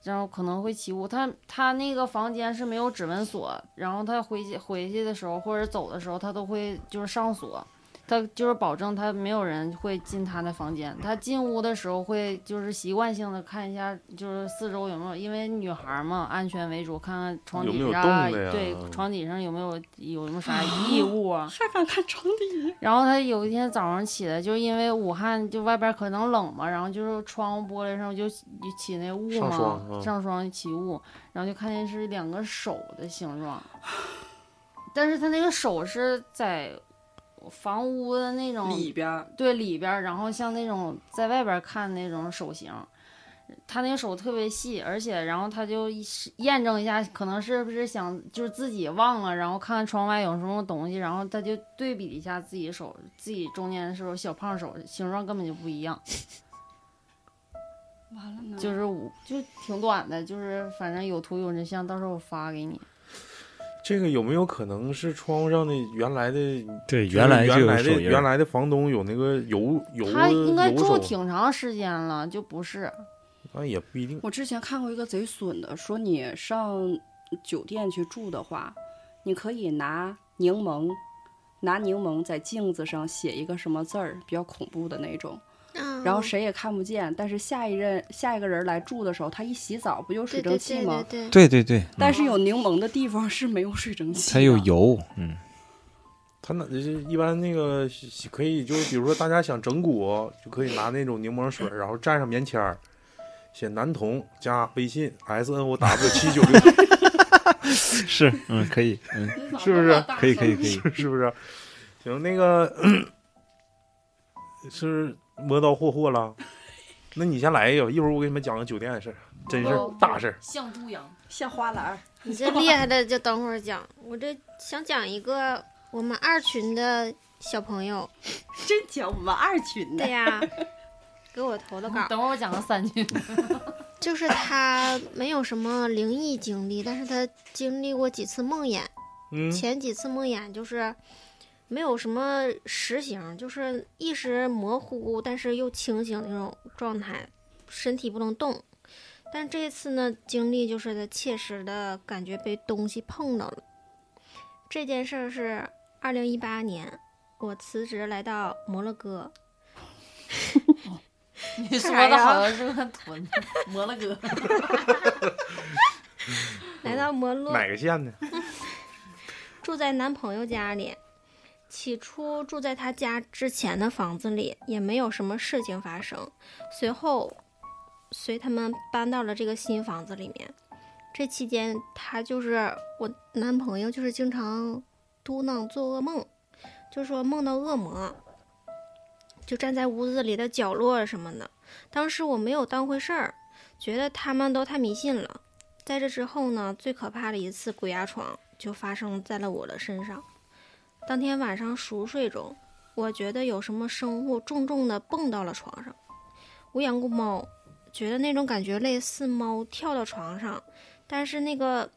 然后可能会起雾，他他那个房间是没有指纹锁，然后他回去回去的时候或者走的时候，他都会就是上锁，他就是保证他没有人会进他的房间。他进屋的时候会就是习惯性的看一下，就是四周有没有，因为女孩儿嘛，安全为主，看看床有没底有下动的呀对床底上有没有有什么啥异物啊。还敢看床 <laughs> 底？然后他有一天早上起来，就是因为武汉就外边可能冷嘛，然后就是窗户玻璃上就起起那雾上嘛，霜嗯上霜起雾，然后就看见是两个手的 <sighs> 形状，但是他那个手是在房屋的那种里边儿对里边儿，然后像那种在外边儿看那种手型，他那个手特别细，而且然后他就一时验证一下，可能是不是想就是自己忘了，然后看看窗外有什么东西，然后他就对比一下自己手，自己中间的时候小胖手形状根本就不一样，完了呢，就是我就挺短的，就是反正有图有真相，到时候我发给你。这个有没有可能是窗户上的原来的对，就是原来的原来的房东有那个油油他应该油住手挺长时间了，就不是那也不一定。我之前看过一个贼损的，说你上酒店去住的话，你可以拿柠檬，拿柠檬在镜子上写一个什么字儿，比较恐怖的那种，嗯然后谁也看不见。但是下一任下一个人来住的时候，他一洗澡不有水对对蒸气对吗？对对，对对对，但是有柠檬的地方是没有水蒸气的，它有油，嗯，他那就是一般那个洗可以，就是比如说大家想整蛊，就可以拿那种柠檬水，然后蘸上棉签儿，写男童加微信 s n o w 七九六，是，嗯，可以，嗯，是不是可以可以可 <laughs> 以， <laughs> 是不是？行，那个 <clears throat> 是磨刀霍霍了，那你先来一个，一会儿我给你们讲个酒店的事儿，真事儿大事儿。像猪羊，像花篮儿。你这厉害的就等会儿讲，我这想讲一个我们二群的小朋友，真巧，我们二群的对。呀， <laughs> 给我投的稿，等会儿我讲个三句。就是他没有什么灵异经历，但是他经历过几次梦魇，嗯，前几次梦魇就是没有什么实行，就是意识模糊，但是又清醒那种状态，身体不能动。但这一次呢，经历就是他切实的感觉被东西碰到了。这件事儿是二零一八年，我辞职来到摩洛哥， <laughs> 你说的好像是个屯子，摩洛哥。来到摩洛哪个县 <laughs> 的？住在男朋友家里。起初住在他家之前的房子里，也没有什么事情发生。随后，随他们搬到了这个新房子里面。这期间，他就是我男朋友，就是经常嘟囔做噩梦，就说梦到恶魔，就站在屋子里的角落什么的。当时我没有当回事儿，觉得他们都太迷信了。在这之后呢，最可怕的一次鬼压床就发生在了我的身上。当天晚上熟睡中，我觉得有什么生物重重的蹦到了床上。我养过猫，觉得那种感觉类似猫跳到床上，但是那个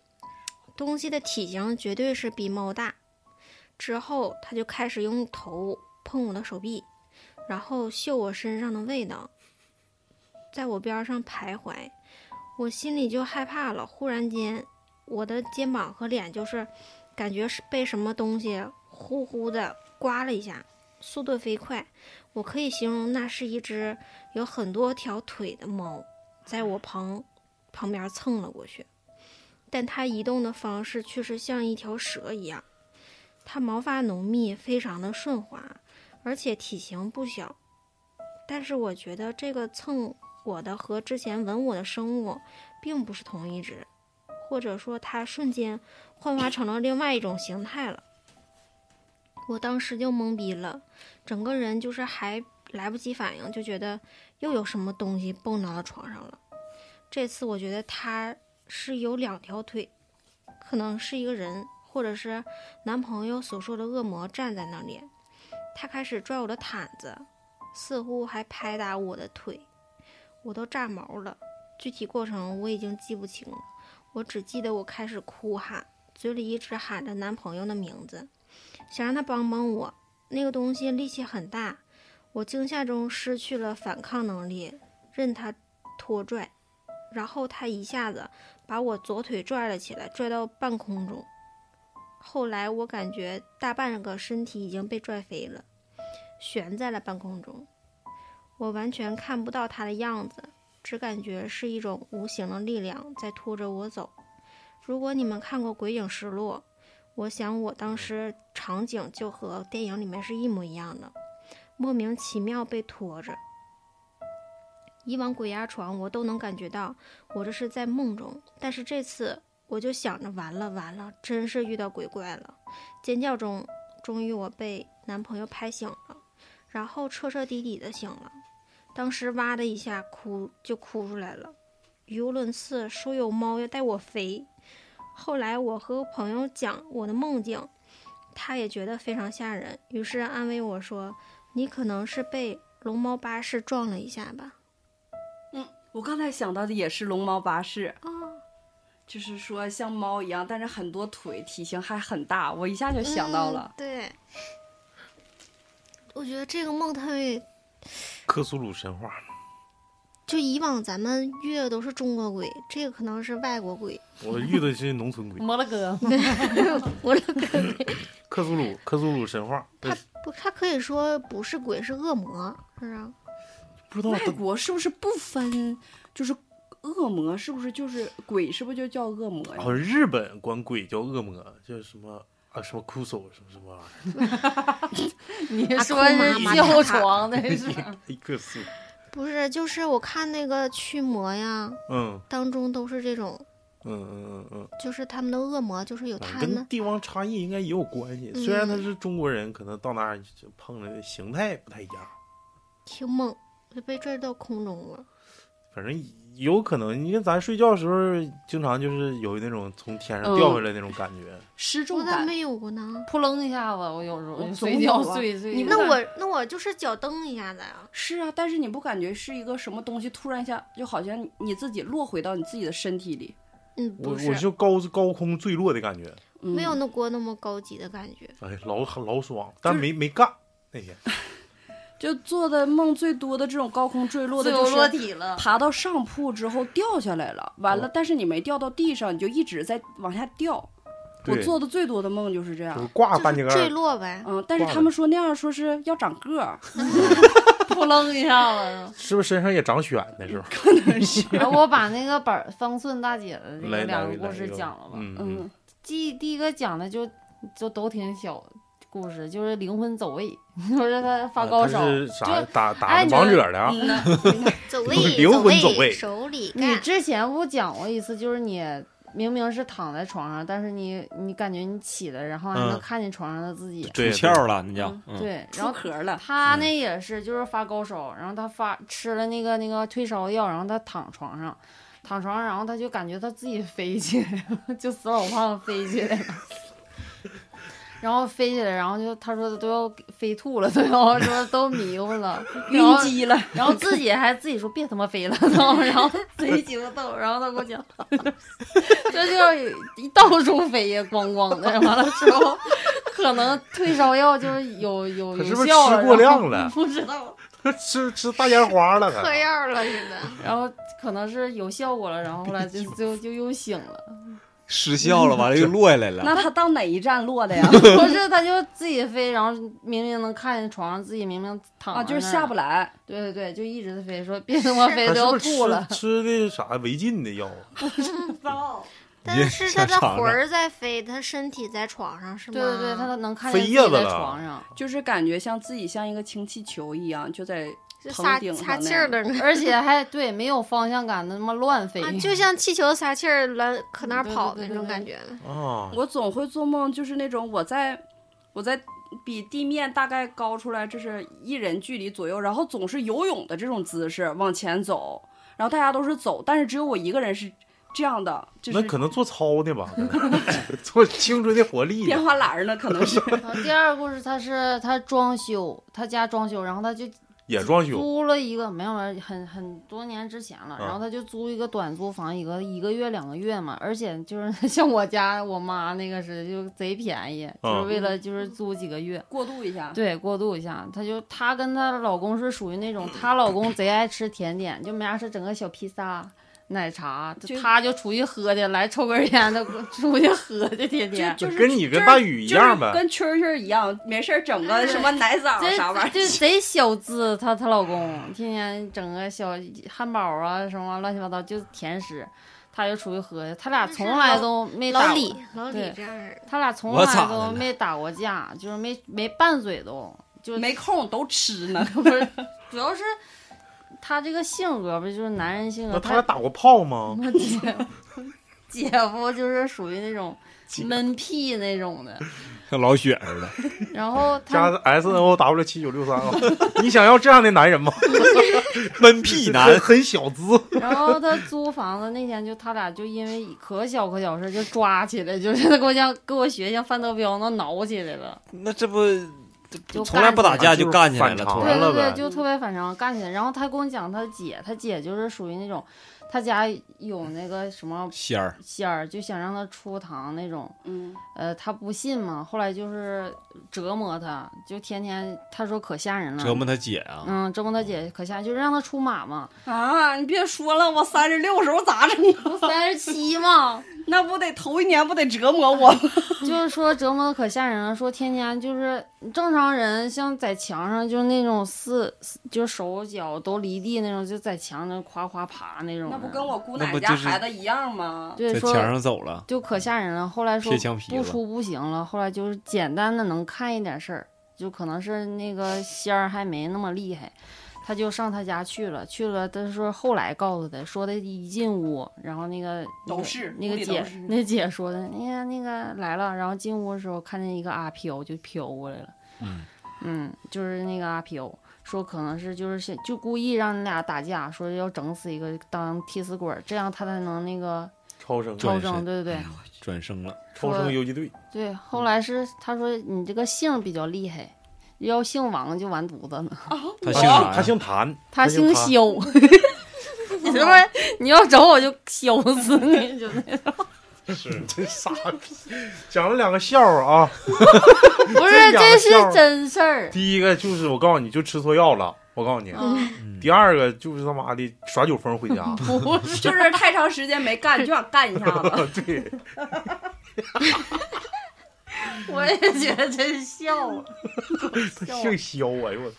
东西的体型绝对是比猫大。之后，它就开始用头碰我的手臂，然后嗅我身上的味道，在我边上徘徊。我心里就害怕了。忽然间，我的肩膀和脸就是感觉是被什么东西呼呼的刮了一下，速度飞快。我可以形容那是一只有很多条腿的猫，在我旁旁边蹭了过去，但它移动的方式却是像一条蛇一样。它毛发浓密，非常的顺滑，而且体型不小。但是我觉得这个蹭我的和之前吻我的生物并不是同一只，或者说它瞬间幻化成了另外一种形态了。我当时就懵逼了，整个人就是还来不及反应，就觉得又有什么东西蹦到了床上了。这次我觉得它是有两条腿，可能是一个人，或者是男朋友所说的恶魔站在那里。他开始拽我的毯子，似乎还拍打我的腿。我都炸毛了。具体过程我已经记不清了，我只记得我开始哭喊，嘴里一直喊着男朋友的名字，想让他帮帮我。那个东西力气很大，我惊吓中失去了反抗能力，任他拖拽，然后他一下子把我左腿拽了起来，拽到半空中。后来我感觉大半个身体已经被拽飞了，悬在了半空中。我完全看不到他的样子，只感觉是一种无形的力量在拖着我走。如果你们看过《鬼影失落》，我想我当时场景就和电影里面是一模一样的，莫名其妙被拖着。以往鬼压床我都能感觉到，我这是在梦中，但是这次我就想着完了完了，真是遇到鬼怪了。尖叫中，终于我被男朋友拍醒了，然后彻彻底底的醒了。当时哇的一下哭就哭出来了，语无伦次，说有猫要带我飞。后来我和朋友讲我的梦境，他也觉得非常吓人，于是安慰我说：“你可能是被龙猫巴士撞了一下吧。嗯，我刚才想到的也是龙猫巴士，啊，就是说像猫一样，但是很多腿，体型还很大。我一下就想到了，嗯对，我觉得这个梦特别克苏鲁神话，就以往咱们遇的都是中国鬼，这个可能是外国鬼，我遇的是农村鬼，摩洛 <laughs> 哥，摩洛哥鬼，克苏鲁克苏鲁神话，他不，他可以说不是鬼，是恶魔，是啊，不知道外国是不是不分？就是恶魔是不是就是鬼？是不是就叫恶魔呀好？像哦日本管鬼叫恶魔，叫什么啊什么酷手什么什么玩意儿你啊说库是玛玛丽塔吊床的 <laughs> 是吧？哎，克苏，不是，就是我看那个驱魔呀，嗯当中都是这种，嗯嗯嗯嗯就是他们的恶魔，就是有嗯，他嗯跟们，地方差异应该也有关系。虽然他是中国人，可能到那儿就碰着形态不太一样，挺猛，就被坠到空中了。反正有可能。你看咱睡觉的时候，经常就是有那种从天上嗯掉下来那种感觉。失我重咋感，没有过呢？扑棱一下子，我有时候我睡总觉有啊睡睡。你不那看我那我就是脚蹬一下子啊，是啊，但是你不感觉是一个什么东西突然一下，就好像你自己落回到你自己的身体里？嗯，我不我是，就高高空坠落的感觉，嗯、没有那过那么高级的感觉。哎，老老爽，但就是没没干那天。就做的梦最多的这种高空坠落的，自就由落是体了，爬到上铺之后掉下来了，完哦了，但是你没掉到地上，你就一直在往下掉。我对做的最多的梦就是这样就是，挂就半截是杆坠儿，落呗，嗯，但是挂他们说那样说是要长个儿，扑棱一下子。是不是身上也长癣那时候？可能是， <laughs> 然后我把那个板儿方寸大姐的来这个来两来个故一事个讲了吧？嗯嗯嗯，第第一个讲的就就都挺小的故事，就是灵魂走位， <laughs> 就是他发高烧啊他。是啥就打打哎那你王们者的啊？嗯呐 <laughs> 走位，灵魂走位手里你干，之前不讲过一次，就是你明明是躺在床上，但是你你感觉你起来，然后还能嗯看见床上的自己。对出窍了，那叫嗯嗯对，然出后壳了，他那也是，就是发高烧，然后他发吃了那个那个退烧药，然后他躺床上，躺床上，然后他就感觉他自己飞起来了，就死老胖飞起来了， <laughs> 然后飞起来，然后就他说都要飞吐了，都要说都迷糊了， <laughs> 晕然后机了，然后自己还自己说别他妈飞了，然后然后贼鸡巴逗，然后他给我讲，这就是一到处飞呀，咣咣的，完了之后可能退烧药就是有有他有是不是效吃了，过然后量了？不知道，吃吃大烟花 <laughs> 了嗑他？药了似 <laughs> 的。然后可能是有效果了，然后 <laughs> 后来就就就又醒了，失效了，完了又落下来了。那他到哪一站落 <laughs> 的呀？不是他就自己飞，然后明明能看见床上自己明明躺啊，就是在那儿下不来，对对对，就一直飞，说别他妈飞他是都要不是吐了吃，吃的啥违禁的药？啊但是他的下场魂儿在飞，他身体在床上是吗？对对对，他都能看飞见自己叶子在了床上。就是感觉像自己像一个氢气球一样，就在就头撒顶撒上那气儿样的 <laughs> 那而且还对没有方向感的那么乱飞，啊， <laughs> 就像气球撒气儿乱搁那儿对对跑的对那对种对感觉。啊，我总会做梦，就是那种我在我在比地面大概高出来，就是一人距离左右，然后总是游泳的这种姿势往前走，然后大家都是走，但是只有我一个人是这样的，就那是可能做操的 <laughs> 吧， <laughs> 做青春的活力变的。花篮儿呢，可 <laughs> 能是然后第二个故事，他是他装修，他家装修，然后他就也装修，租了一个没有了，很很多年之前了，啊然后他就租一个短租房，一个一个月两个月嘛，而且就是 <laughs> 像我家我妈那个似的，就贼便宜，就是为了就是租几个月。过渡一下。对，过渡一下，她就她跟她老公是属于那种，她老公贼爱吃甜点，就没啥事整个小披萨、奶茶，就就她就出去喝去，来抽根烟的出去喝去，天就天就是跟你跟就是大宇一样呗就是跟蛐儿蛐儿一样，没事儿整个什么奶枣这啥玩意这贼小资，她她老公天天整个小汉堡啊什么乱七八糟，就甜食，她就出去喝去，他俩就是从来老都没打老过李，老李对这样式他俩从我咋来的都了没打过架，就是没没拌嘴都，就儿，没空都吃呢。不是，主要是他这个性格不就是男人性格，那他俩打过炮吗？我姐夫姐夫就是属于那种闷屁那种 <laughs> 的，像老雪似的，然后加他 S N O W 七九六三啊！你想要这样的男人吗？闷屁男很，很小资， <laughs> 然后他租房子那天就他俩就因为可小可小事 <laughs> 就抓起来，就是他给我像跟我学像范德彪那挠起来了，那这不就从来不打干起架来就干起来反了，常突完然对了对呗对，就特别反常，干起来。然后他跟我讲他姐，他姐就是属于那种，他家有那个什么仙儿仙儿，就想让他出堂那种。 <laughs> 嗯，呃，他不信嘛，后来就是折磨他，就天天他说可吓人了，折磨他姐啊，嗯，折磨他姐可吓，就是让他出马嘛，啊，你别说了，我三十六时候咋整 <laughs> 啊？不 <laughs> 三十七嘛，那不得头一年不得折磨我吗？就是说折磨的可吓人了，说天天就是正常人，像在墙上就是那种四，四就是手脚都离地那种，就在墙上夸夸爬那种的。那不跟我姑那奶不家就是孩子一样吗？对在说墙上走了，就可吓人了。后来说贴墙皮不了出不行了，后来就是简单的能看一点事儿，就可能是那个仙儿还没那么厉害，他就上他家去了，去了他说后来告诉他说的一进屋，然后那个都是那屋个里姐都是 <laughs> 那姐说的，哎呀那个来了，然后进屋的时候看见一个阿飘就飘过来了，嗯嗯就是那个阿飘。说可能是就是想就故意让你俩打架，说要整死一个当替死鬼儿，这样他才能那个 <laughs> 超生转超身生，对哎对对。转生了，超生游击队，对，后来是他说你这个姓比较厉害，要姓王就完犊子了。他他姓啊啥呀？他姓谭，他姓姓他肖， <laughs> 你这玩意儿你要整我就 <laughs> 削死你， <laughs> 就那种。真傻逼，讲了两个笑话啊。不这是，两这个笑是话真事儿。第一个就是我告诉你就吃错药了，我告诉你。啊嗯嗯第二个就是他妈的耍酒疯回家，不是，就是太长时间没干，就想干一下 <laughs> 子。对，我也觉得真笑了。他姓肖，哎呦我操，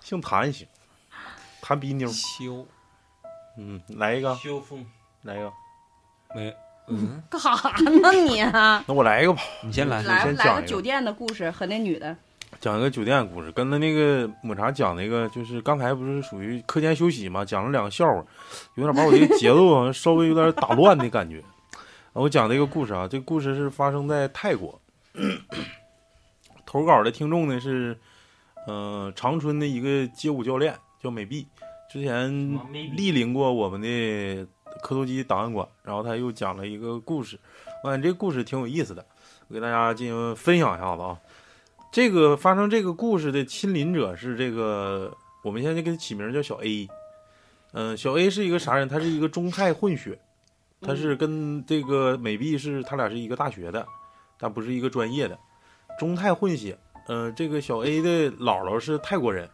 姓谭行，谭逼妞，修嗯，来一个，修风来一个，没嗯，干啥呢你、啊那我来一个吧，你先来，来哎先讲来一个个酒店的故事和那女 <laughs> 的，讲一个酒店的故事，跟他那个抹茶讲那个，就是刚才不是属于课间休息嘛，讲了两个笑话，有点把我这个节奏好像稍微有点打乱的感觉。 <laughs> 我讲这个故事啊，这个故事是发生在泰国。投稿的听众呢是，呃，长春的一个街舞教练叫美碧，之前么美碧莅临过我们的磕头机档案馆，然后他又讲了一个故事，我感觉这个故事挺有意思的，我给大家进行分享一下子啊。这个发生这个故事的亲临者是这个，我们现在给他起名叫小 A。嗯、小 A 是一个啥人？他是一个中泰混血，他是跟这个美碧是他俩是一个大学的，但不是一个专业的，中泰混血。呃，这个小 A 的姥姥是泰国人，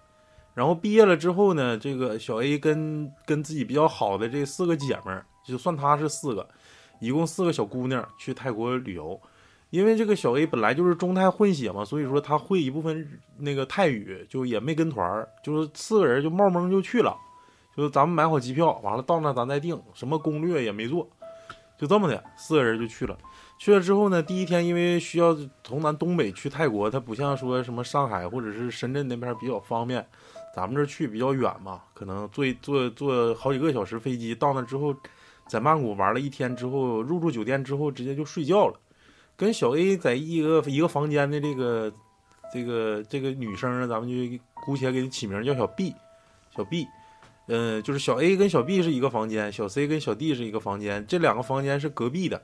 然后毕业了之后呢，这个小 A 跟跟自己比较好的这四个姐们儿，就算她是四个，一共四个小姑娘去泰国旅游。因为这个小 A 本来就是中泰混血嘛，所以说她会一部分日那个泰语，就也没跟团儿，就是四个人就冒蒙就去了，就是咱们买好机票，完了到那咱再定，什么攻略也没做，就这么的，四个人就去了。去了之后呢，第一天因为需要从咱东北去泰国，它不像说什么上海或者是深圳那边比较方便，咱们这儿去比较远嘛，可能坐一坐坐好几个小时飞机，到那之后，在曼谷玩了一天之后，入住酒店之后直接就睡觉了。跟小 A 在一个一个房间的这个这个这个女生啊，咱们就姑且给她起名叫小 B，小 B，嗯、就是小 A 跟小 B 是一个房间，小 C 跟小 D 是一个房间，这两个房间是隔壁的。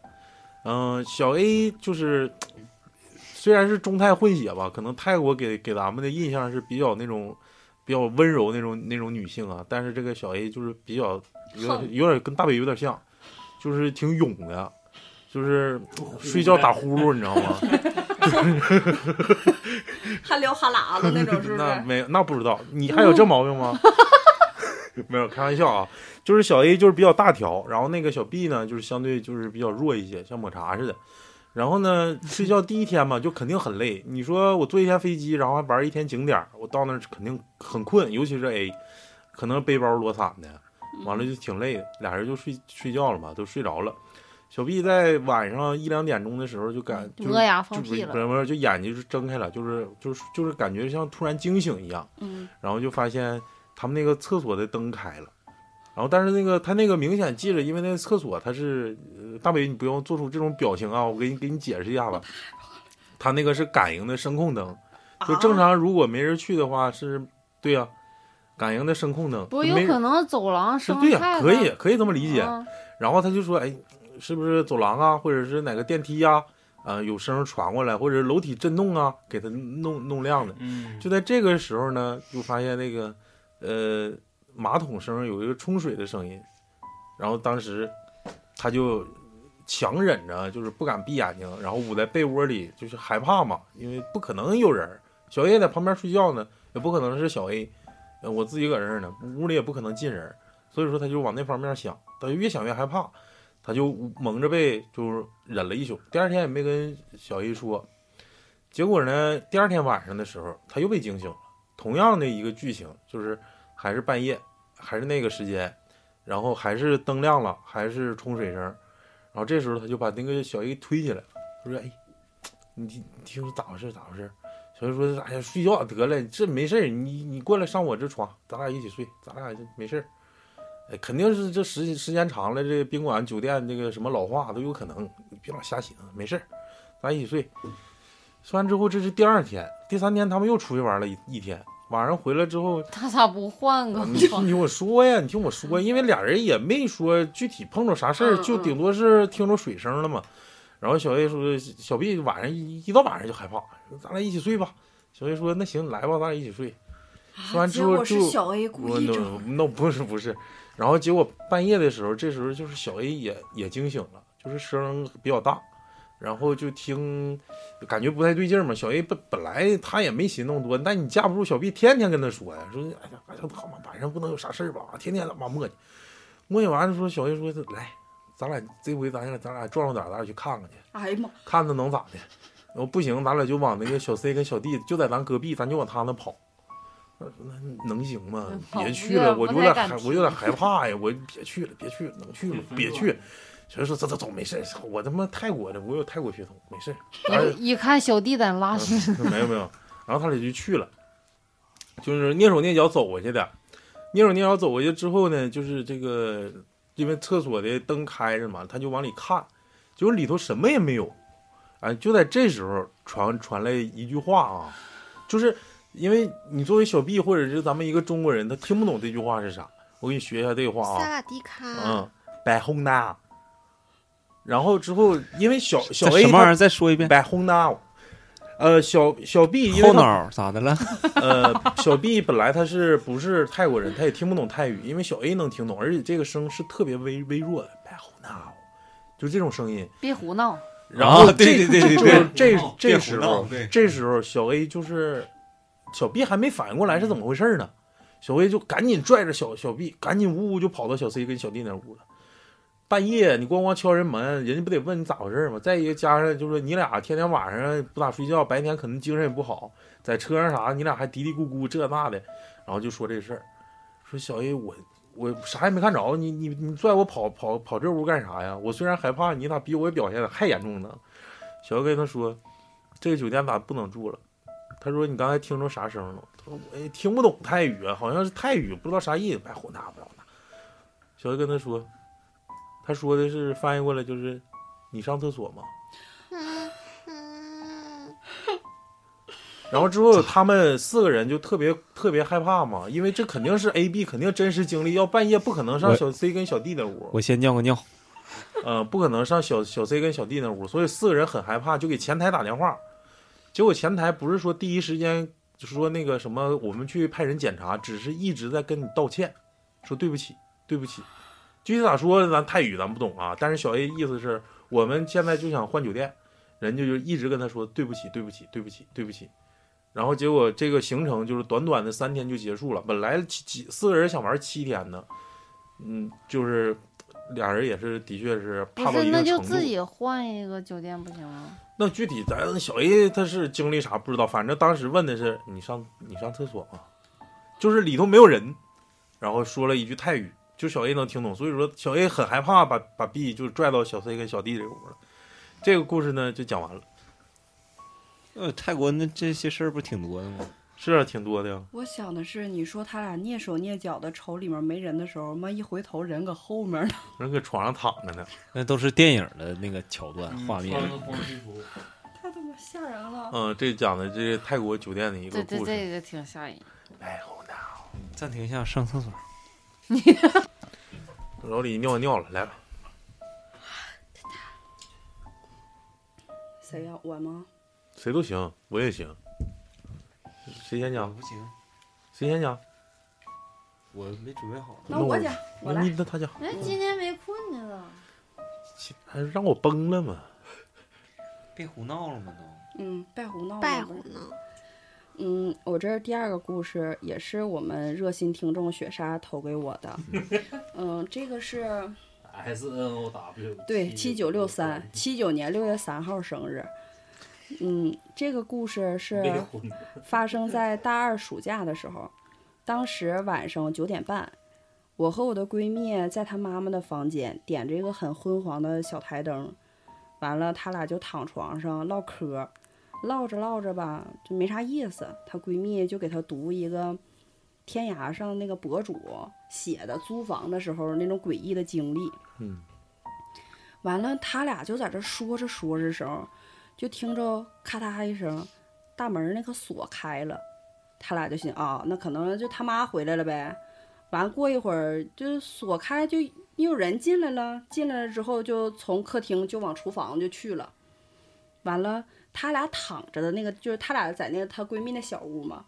嗯、小 A 就是虽然是中泰混血吧，可能泰国给给咱们的印象是比较那种比较温柔那种那种女性啊，但是这个小 A 就是比较有点有点跟大北有点像，就是挺勇的，就是 <laughs> 睡觉打呼噜，你知道吗？汗流哈喇子那种，是 <laughs> 不那是？没有，那不知道，你还有这毛病吗？ <laughs> 没有，开玩笑啊，就是小 A 就是比较大条，然后那个小 B 呢，就是相对就是比较弱一些，像抹茶似的。然后呢，睡觉第一天嘛，就肯定很累。你说我坐一天飞机，然后还玩一天景点儿，我到那儿肯定很困，尤其是 A，可能背包裸散的，嗯完了就挺累的，俩人就睡睡觉了嘛，都睡着了。小 B 在晚上一两点钟的时候就感就磨牙就放不屁是不了，是不是，就眼睛就睁开了，就是就是就是感觉像突然惊醒一样，嗯，然后就发现他们那个厕所的灯开了，然后但是那个他那个明显记着，因为那个厕所它是、呃大北，你不用做出这种表情啊，我给你给你解释一下吧，他那个是感应的声控灯，就哦正啊常如果没人去的话是，对呀、感应的声控灯，不没有人可能走廊是生对呀、菜可呢以可以这么理解，啊然后他就说：“哎，是不是走廊啊，或者是哪个电梯呀、呃有声传过来，或者楼体震动啊，给它弄弄亮的。嗯，就在这个时候呢，就发现那个呃马桶声有一个冲水的声音，然后当时他就强忍着，就是不敢闭眼睛，然后捂在被窝里，就是害怕嘛，因为不可能有人儿。小 A 在旁边睡觉呢，也不可能是小 A，呃我自己搁这儿呢，屋里也不可能进人儿，所以说他就往那方面想，他就越想越害怕，他就蒙着被就是忍了一宿，第二天也没跟小 A 说，结果呢，第二天晚上的时候，他又被惊醒了。同样的一个剧情，就是还是半夜，还是那个时间，然后还是灯亮了，还是冲水声，然后这时候他就把那个小 A 推起来，他说：“哎，你听你听咋回事？咋回事？”小 A 说：“哎呀，睡觉得了，这没事儿你你过来上我这床，咱俩一起睡，咱俩就没事儿哎，肯定是这时时间长了，这宾馆、酒店这个什么老化都有可能，你别老瞎想，没事儿咱一起睡。睡完之后，这是第二天，第三天他们又出去玩了一一天。晚上回来之 <laughs> 后，他咋不换个嗯你床 <laughs> 你？听我说呀，你听我说，因为俩人也没说具体碰着啥事儿，嗯就顶多是听着水声了嘛。然后小 A 说，小 B 晚上一一到晚上就害怕，说咱俩一起睡吧。小 A 说，那行，来吧，咱俩一起睡。说完之结后果是就小 A 故我意那整的，那不是不是，然后结果半夜的时候，这时候就是小 A 也也惊醒了，就是声比较大，然后就听感觉不太对劲儿嘛。小 A 本本来他也没寻那么多，但你架不住小 B 天天跟他说呀，说哎呀哎呀他妈晚上不能有啥事儿吧，天天他妈磨叽，磨叽完了说小 A 说来，咱俩这回咱俩咱俩壮壮胆儿，咱俩去看看去。哎呀妈，看他能咋的。然后不行，咱俩就往那个小 C 跟小 D 就在咱隔壁，咱就往他那跑。我说那能行吗嗯？跑别不去越了，我不有点太敢嗯害，提我有点害怕呀！我别去了，别去了，能去吗？别去。所以说走走走，没事儿，我他妈泰国的，我有泰国血统，没事儿。咱俩一一看小弟在那啊拉屎，嗯没有没有。然后他俩就去了，就是蹑手蹑脚走过去的，蹑手蹑脚走过去之后呢，就是这个因为厕所的灯开着嘛，他就往里看，结果里头什么也没有。啊，就在这时候传传来一句话啊，就是因为你作为小 B 或者是咱们一个中国人，他听不懂这句话是啥。我给你学一下这话啊，萨瓦迪卡，嗯，白红的。然后之后，因为小小这 A 什么玩意他儿？再说一 <laughs> 遍。白红的，啊呃，小小 B 因为后他脑儿咋的了？呃，小 B 本来他是不是泰国人，他也听不懂泰语，因为小 A 能听懂，而且这个声是特别微微弱的，白胡闹，就这种声音。别胡闹，然后啊这、对对对对就是别这胡闹这时别胡闹候对这时候小 A 就是小 B 还没反应过来是怎么回事呢，小 A 就赶紧拽着小小 B，赶紧呜呜就跑到小 C 跟小 D 那屋了。半夜你咣咣敲人门，人家不得问你咋回事吗？再一个加上就是你俩天天晚上不咋睡觉，白天可能精神也不好，在车上啥你俩还嘀嘀咕咕这那的，然后就说这事儿，说小 A 我我啥也没看着，你你你拽我跑跑跑这屋干啥呀？我虽然害怕，你咋比我表现的还严重呢？小 A 跟他说，这个酒店咋不能住了？他说你刚才听着啥声了？他说我也听不懂泰语啊，好像是泰语，不知道啥意思，哎白胡闹白胡闹。小 A 跟他说，他说的是翻译过来就是你上厕所吗？嗯嗯，然后之后他们四个人就特别特别害怕嘛，因为这肯定是 A B 肯定真实经历，要半夜不可能上我小 C 跟小 D 那屋。我先尿 <laughs> 个尿。呃，不可能上小小 C 跟小 D 那屋，所以四个人很害怕，就给前台打电话。结果前台不是说第一时间就说那个什么，我们去派人检查，只是一直在跟你道歉，说对不起，对不起。具体咋说，咱泰语咱不懂啊，但是小 A 意思是我们现在就想换酒店，人家就一直跟他说对不起，对不起，对不起，对不起。然后结果这个行程就是短短的三天就结束了，本来七七四个人想玩七天呢，嗯，就是俩人也是的确是不怕到是一那定就程度自。己换一个酒店不行吗？那具体咱小 A 他是经历啥不知道，反正当时问的是你上你上厕所吗？就是里头没有人，然后说了一句泰语，就小 A 能听懂，所以说小 A 很害怕把，把 B 就拽到小 C 跟小 D 这个屋了。这个故事呢就讲完了，呃，泰国那这些事儿不挺多的吗？是啊，挺多的呀。我想的是，你说他俩蹑手蹑脚的瞅里面没人的时候，妈一回头人搁后面呢，人搁床上躺着呢，那都是电影的那个桥段嗯嗯画面。穿个工装西服， <laughs> 太他妈吓人了。嗯，这讲的这是泰国酒店的一个对对，故事。这个挺吓人。哎，好难。暂停一下，上厕所。老李尿尿了，来吧。谁呀、我吗？谁都行，我也行。谁先讲？不行，谁先讲？我没准备好。那我讲，我那来。你那他讲，哎，今天没困呢了，还让我崩了嘛？别胡闹了嘛都。嗯，拜胡闹了。拜虎呢？嗯，我这是第二个故事，也是我们热心听众雪莎投给我 <laughs> 的。嗯，这个是 S N O W 对七九六三，七九年六月三号生日。嗯，这个故事是发生在大二暑假的时候，当时晚上九点半，我和我的闺蜜在她妈妈的房间点着一个很昏黄的小台灯，完了她俩就躺床上唠嗑，唠着唠着吧就没啥意思，她闺蜜就给她读一个天涯上那个博主写的租房的时候那种诡异的经历，嗯，完了他俩就在这说着说着时候，就听着咔嗒一声。大门那个锁开了，他俩就寻啊，那可能就他妈回来了呗。完过一会儿就锁开，就又有人进来了。进来了之后，就从客厅就往厨房就去了。完了，他俩躺着的那个，就是他俩在那个她闺蜜那小屋嘛，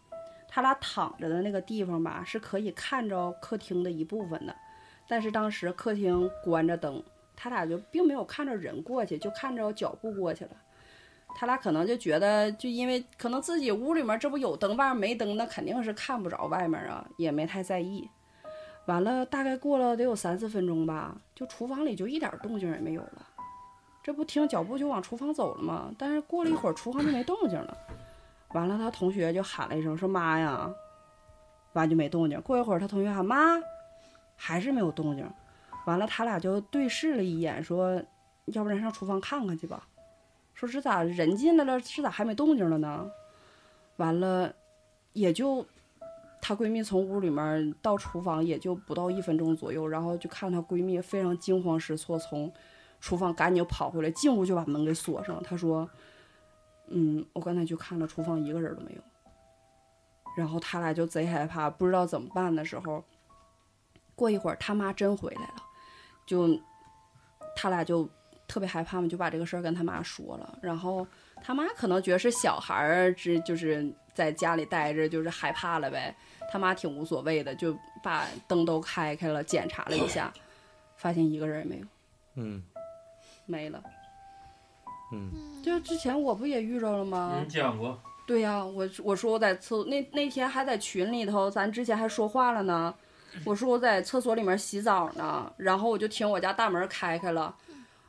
他俩躺着的那个地方吧，是可以看着客厅的一部分的。但是当时客厅关着灯，他俩就并没有看着人过去，就看着脚步过去了。他俩可能就觉得，就因为可能自己屋里面这不有灯，外面没灯，那肯定是看不着外面啊，也没太在意。完了，大概过了得有三四分钟吧，就厨房里就一点动静也没有了。这不听脚步就往厨房走了吗？但是过了一会儿，厨房就没动静了。完了，他同学就喊了一声，说妈呀，完就没动静。过一会儿，他同学喊妈，还是没有动静。完了，他俩就对视了一眼，说要不然上厨房看看去吧。说是咋人进来了，是咋还没动静了呢？完了，也就她闺蜜从屋里面到厨房也就不到一分钟左右，然后就看她闺蜜非常惊慌失措，从厨房赶紧跑回来，进屋就把门给锁上。她说：“嗯，我刚才去看了，厨房一个人都没有。”然后他俩就贼害怕，不知道怎么办的时候，过一会儿他妈真回来了，就他俩就特别害怕嘛，就把这个事儿跟他妈说了。然后他妈可能觉得是小孩儿，这就是在家里待着，就是害怕了呗。他妈挺无所谓的，就把灯都开开了，检查了一下，发现一个人也没有，嗯没了。嗯，就之前我不也遇着了吗？你讲过，对呀、我我说我在厕那那天还在群里头，咱之前还说话了呢。我说我在厕所里面洗澡呢，然后我就听我家大门开开了，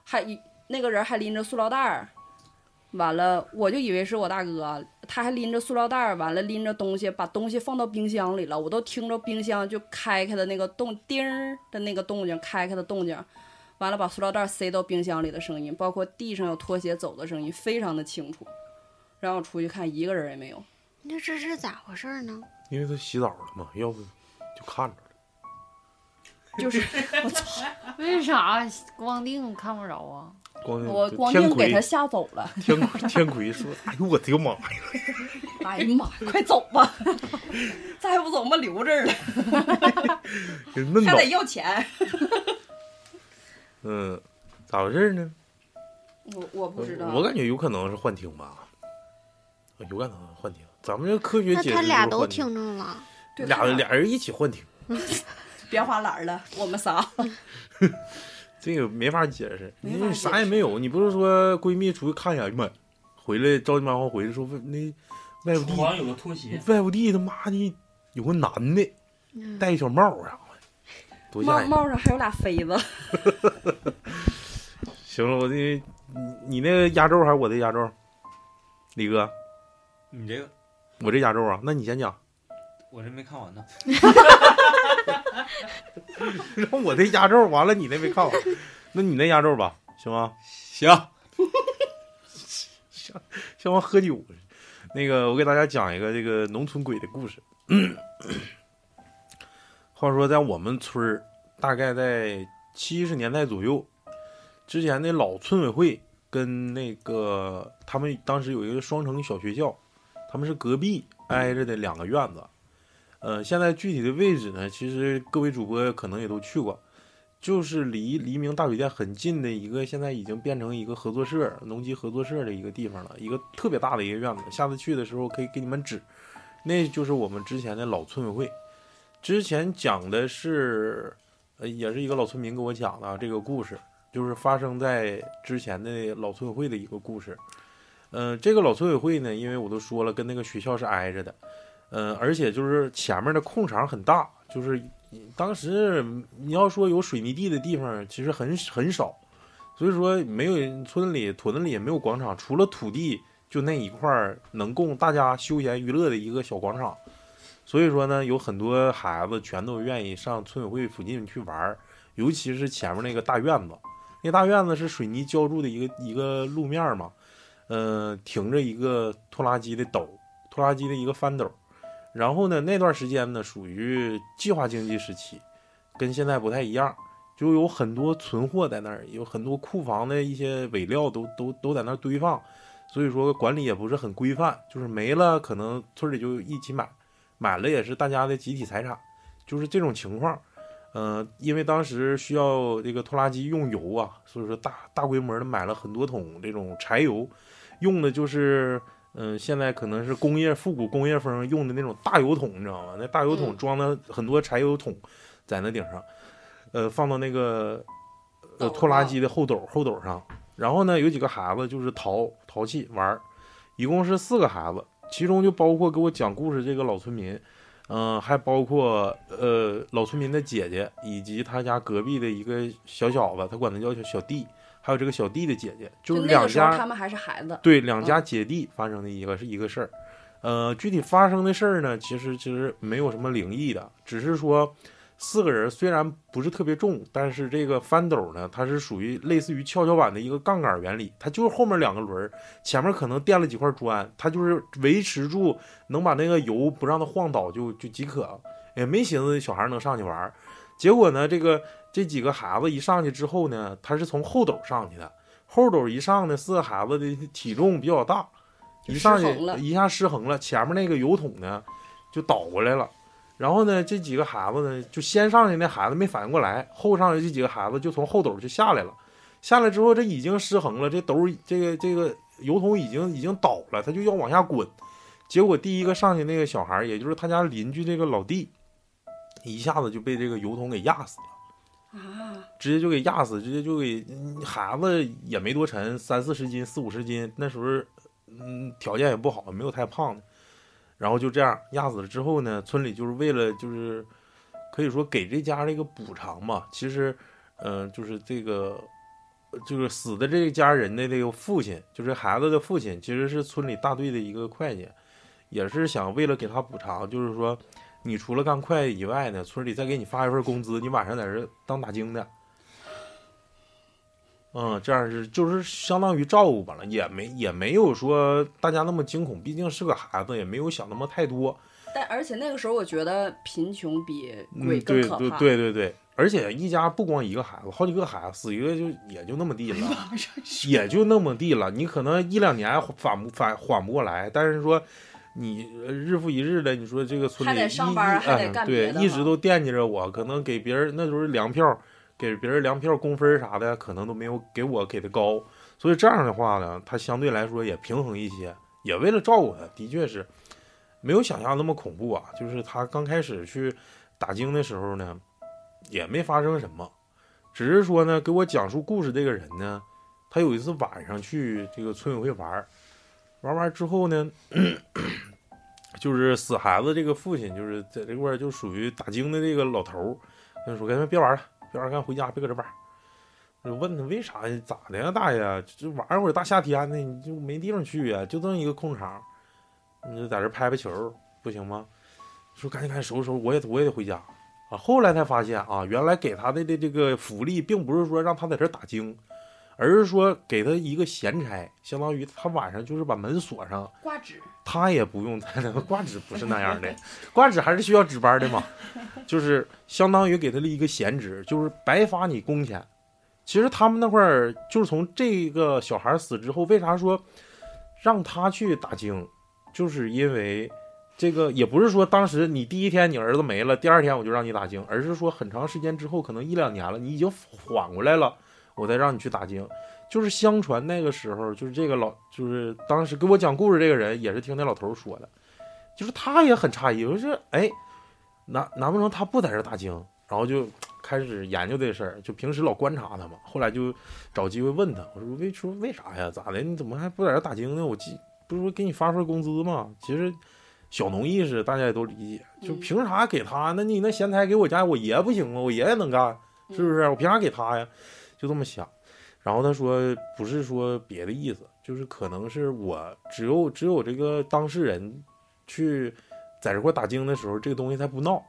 还一那个人还拎着塑料袋儿，完了我就以为是我大哥，他还拎着塑料袋儿，完了拎着东西，把东西放到冰箱里了，我都听着冰箱就开开的那个动叮儿的那个动静，开开的动静，完了把塑料袋儿塞到冰箱里的声音，包括地上有拖鞋走的声音，非常的清楚。然后我出去看，一个人也没有。那这是咋回事呢？因为他洗澡了嘛，要不就看着了。就是 <laughs> 为啥光腚看不着啊？光我光嗯天腚给魁他吓走 <laughs> 了。天魁天魁 <laughs> 说：“哎呦我的个妈呀哎呀妈，快走吧！ <laughs> 再不走，我们留这儿了，！”给闷还倒得。要钱。嗯，咋回事呢？我我不知道，我感觉有可能是幻听吧，有可能幻听。咱们这科学那解释他俩就是都幻听听着了，对俩他俩俩人一起幻听，别花篮儿了，我们仨。这个没法解释，没法因为解释啥也没有。你不是说闺蜜出去看一下，哎呀妈呀，回来着急忙慌回来说那外厨屋房有个拖地鞋，外屋地他妈的有个男的嗯戴一小帽儿啥的，多吓帽人！帽上还有俩飞子，行了，我这你你那个压轴还是我的压轴？李哥，你这个我这压轴啊，那你先讲， <laughs> 我这没看完呢。让我这压轴完了，你那没看完，那你那压轴吧，行吗？行，像我喝酒。那个，我给大家讲一个这个农村鬼的故事。 <coughs> 话说，在我们村儿，大概在七十年代左右，之前的老村委会跟那个他们当时有一个双城小学校，他们是隔壁挨着的两个院子。呃，现在具体的位置呢，其实各位主播可能也都去过，就是离黎明大酒店很近的一个，现在已经变成一个合作社、农机合作社的一个地方了，一个特别大的一个院子。下次去的时候可以给你们指，那就是我们之前的老村委会。之前讲的是，呃，也是一个老村民给我讲的啊这个故事，就是发生在之前的老村委会的一个故事。呃，这个老村委会呢，因为我都说了，跟那个学校是挨着的，呃，而且就是前面的空场很大，就是当时你要说有水泥地的地方，其实很很少，所以说没有村里屯子里也没有广场，除了土地就那一块儿能供大家休闲娱乐的一个小广场。所以说呢，有很多孩子全都愿意上村委会附近去玩儿，尤其是前面那个大院子，那大院子是水泥浇筑的一个一个路面儿嘛，呃，停着一个拖拉机的斗，拖拉机的一个翻斗。然后呢，那段时间呢，属于计划经济时期，跟现在不太一样，就有很多存货在那儿，有很多库房的一些尾料都都都在那儿堆放，所以说管理也不是很规范，就是没了可能村里就一起买，买了也是大家的集体财产，就是这种情况。呃，因为当时需要这个拖拉机用油啊，所以说大大规模的买了很多桶这种柴油，用的就是嗯、呃现在可能是工业复古工业风用的那种大油桶，你知道吗？那大油桶嗯装了很多柴油桶，在那顶上，呃，放到那个呃斗拖拉上机的后斗后斗上。然后呢，有几个孩子就是淘淘气玩儿，一共是四个孩子，其中就包括给我讲故事这个老村民，嗯、还包括呃老村民的姐姐，以及他家隔壁的一个小小子，他管他叫小小弟，还有这个小弟的姐姐，就是那两个时候家他们还是孩子，对，两家姐弟发生的一个是一个事儿。呃，具体发生的事儿呢，其实其实没有什么灵异的，只是说四个人虽然不是特别重，但是这个翻斗呢，它是属于类似于跷跷板的一个杠杆原理，它就是后面两个轮儿，前面可能垫了几块砖，它就是维持住能把那个油不让它晃倒就就即可了，也没寻思小孩能上去玩儿。结果呢，这个这几个孩子一上去之后呢，他是从后斗上去的，后斗一上呢，四个孩子的体重比较大，一上去失衡了一下失衡了，前面那个油桶呢就倒过来了。然后呢，这几个孩子呢，就先上去那孩子没反应过来，后上去这几个孩子就从后斗就下来了。下来之后，这已经失衡了，这斗这个这个油桶已经已经倒了，他就要往下滚。结果第一个上去那个小孩儿，也就是他家邻居这个老弟，一下子就被这个油桶给压死了。啊，直接就给压死，直接就给嗯孩子也没多沉，三四十斤、四五十斤，那时候嗯条件也不好，没有太胖的，然后就这样压死了之后呢，村里就是为了就是可以说给这家这个补偿嘛，其实呃就是这个呃就是死的这家人的这个父亲，就是孩子的父亲，其实是村里大队的一个会计，也是想为了给他补偿，就是说。你除了干会计以外呢，村里再给你发一份工资，你晚上在这儿当打更的，嗯，这样是就是相当于照顾吧了，也没也没有说大家那么惊恐，毕竟是个孩子，也没有想那么太多。但而且那个时候我觉得贫穷比嗯鬼，更对可对怕。对对对，而且一家不光一个孩子，好几个孩子，死一个就也就那么 <laughs> 地了，也就那么地了。你可能一两年反不反缓不过来，但是说你呃日复一日的，你说这个村还里得一上班一还得哎干对别，的一直哈都惦记着我，可能给别人那时候粮票，给别人粮票工分啥的，可能都没有给我给的高。所以这样的话呢，他相对来说也平衡一些，也为了照顾他，的确是没有想象那么恐怖啊。就是他刚开始去打更的时候呢，也没发生什么，只是说呢，给我讲述故事这个人呢，他有一次晚上去这个村委会玩儿，玩完之后呢。 <clears throat> 就是死孩子这个父亲，就是在这块儿就属于打更的这个老头儿，就说：“干脆别玩了，别玩了，干回家，别搁这玩儿。”我就问他为啥呀咋的呀，大爷？这玩会儿大夏天的，你就没地方去呀、就这么一个空场，你就在这拍拍球不行吗？说赶紧赶紧收拾收拾，我也我也得回家啊。后来才发现啊，原来给他的这这个福利，并不是说让他在这儿打更，而是说给他一个闲差，相当于他晚上就是把门锁上，挂纸，他也不用在那个挂纸不是那样的，挂纸还是需要值班的嘛，就是相当于给他了一个闲职，就是白发你工钱。其实他们那块儿就是从这个小孩死之后，为啥说让他去打更，就是因为这个也不是说当时你第一天你儿子没了，第二天我就让你打精，而是说很长时间之后，可能一两年了，你已经缓过来了，我再让你去打精。就是相传那个时候，就是这个老，就是当时给我讲故事这个人，也是听那老头儿说的，就是他也很诧异，我说哎，难难不成他不在这儿打精？然后就开始研究这事儿，就平时老观察他嘛。后来就找机会问他，我说为说为啥呀？咋的？你怎么还不在这儿打精呢？我记不是说给你发份工资吗？其实小农意识大家也都理解，就嗯凭啥给他？那你那咸菜给我家我爷不行啊吗？我爷爷能干，是不是？我凭啥给他呀？就这么想。然后他说不是说别的意思，就是可能是我只有只有这个当事人去在这块打精的时候，这个东西才不闹。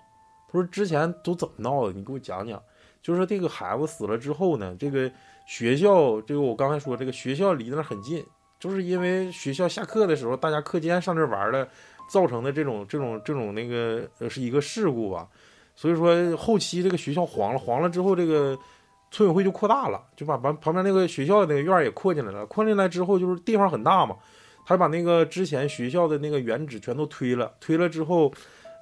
他说之前都怎么闹的？你给我讲讲。就是这个孩子死了之后呢，这个学校，这个我刚才说这个学校离那儿很近，就是因为学校下课的时候，大家课间上这玩儿了，造成的这种这种这种那个呃是一个事故吧。所以说后期这个学校黄了，黄了之后，这个村委会就扩大了，就把旁旁边那个学校那个院儿也扩进来了。扩进来之后，就是地方很大嘛，他把那个之前学校的那个原址全都推了，推了之后，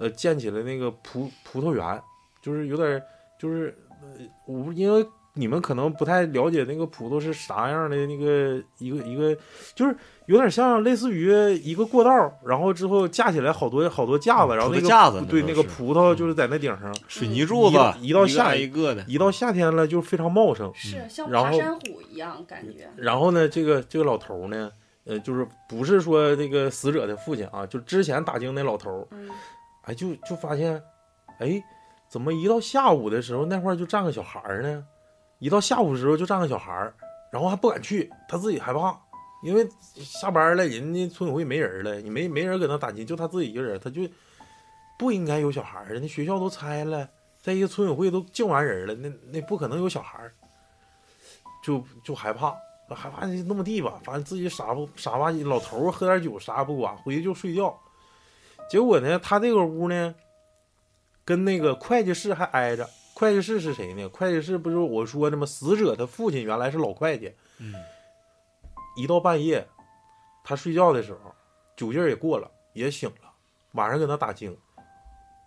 呃，建起了那个葡葡萄园，就是有点儿就是呃，我不因为你们可能不太了解那个葡萄是啥样的那个一个一个，就是有点像类似于一个过道儿，然后之后架起来好多好多架子，然后那葡萄个架子那对都那个是嗯葡萄就是在那顶上，水泥柱子一到一到个下挨一一个的，一到夏天了就非常茂盛。是像然爬后山虎一样感觉。然后呢，这个这个老头儿呢，呃，就是不是说这个死者的父亲啊，就之前打更那老头儿，嗯，哎，就就发现，哎，怎么一到下午的时候那块儿就站个小孩儿呢？一到下午的时候就站个小孩儿，然后还不敢去，他自己害怕，因为下班了，人家村委会没人了，你没没人搁那打金，就他自己一个人，他就不应该有小孩儿，人家学校都拆了，再一个村委会都净完人了，那那不可能有小孩儿，就就害怕。害怕就那么地吧，反正自己傻不傻吧唧，老头儿喝点酒啥也不管，回去就睡觉。结果呢，他那个屋呢，跟那个会计室还挨着。会计室是谁呢？会计室不就是我说的吗？死者的父亲原来是老会计。嗯，一到半夜，他睡觉的时候，酒劲儿也过了，也醒了，晚上搁那打精。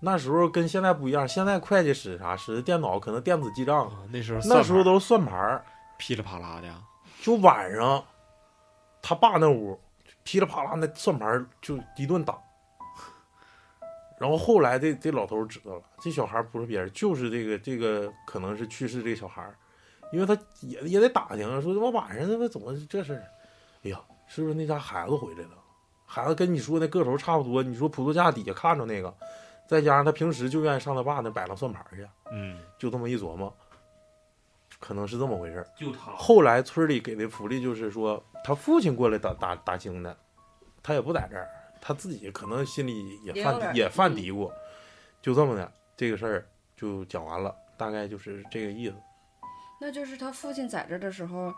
那时候跟现在不一样，现在会计使啥？使的电脑，可能电子记账，啊那时候那算时候盘都是算盘儿。噼里啪啦的，就晚上，他爸那屋噼里啪啦那算盘儿就一顿打。然后后来这这老头儿知道了，这小孩儿不是别人，就是这个这个可能是去世这个小孩儿，因为他也也得打听，啊说他妈晚上他妈怎么这事儿？哎呀，是不是那家孩子回来了？孩子跟你说那个头差不多，你说葡萄架底下看着那个，再加上他平时就愿意上他爸那摆弄算盘儿去，嗯，就这么一琢磨，可能是这么回事儿。就他后来村里给的福利就是说，他父亲过来打打打更的，他也不在这儿，他自己可能心里也也有点犯儿也犯嗯嘀咕，就这么的，这个事儿就讲完了，大概就是这个意思。那就是他父亲在这儿的时候，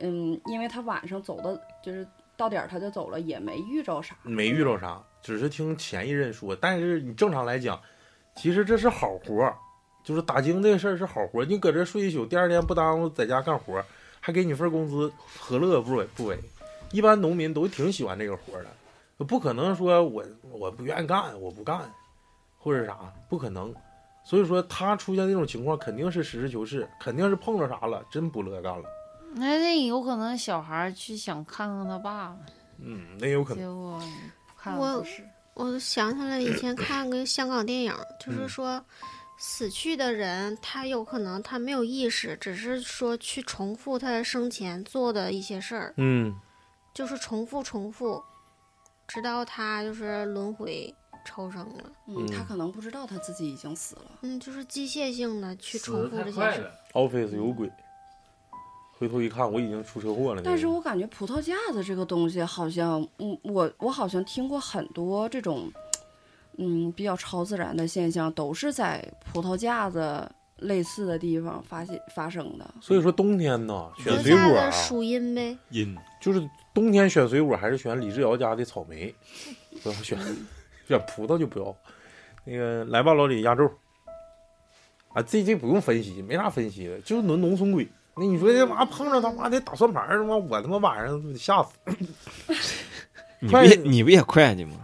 嗯，因为他晚上走的，就是到点儿他就走了，也没遇着啥。没遇着啥，只是听前一任说。但是你正常来讲，其实这是好活儿，就是打更这事儿是好活儿。你搁这睡一宿，第二天不耽误在家干活儿，还给你份工资，何乐不为不为？一般农民都挺喜欢这个活儿的，不可能说我我不愿意干，我不干，或者啥，不可能。所以说他出现这种情况，肯定是实事求是，肯定是碰着啥了，真不乐意干了。那那有可能小孩儿去想看看他爸嗯，那有爸，可能。结果看我不是。我想起来以 <clears throat> 前看个香港电影，就是嗯说死去的人，他有可能他没有意识，只是说去重复他生前做的一些事儿，嗯，就是重复重复，直到他就是轮回超生了。嗯，他嗯可能不知道他自己已经死了。嗯，就是机械性的去死得重复这太些快事儿。了， Office 有鬼，回头一看，我已经出车祸了。但是我感觉葡萄架子这个东西，好像，嗯，我我好像听过很多这种，嗯，比较超自然的现象，都是在葡萄架子类似的地方发现发生的。所以说冬天呢，葡选萄水架果啊的，属阴呗，阴就是冬天选水果还是选李志尧家的草莓，不要选选葡萄就不要。那个来吧，老李压轴。啊，这这不用分析，没啥分析的，就是农农村鬼。那你说这玩意儿碰着他妈的打算盘儿，他妈我他妈晚上吓死。你不会也 <laughs> 计你不也会计吗？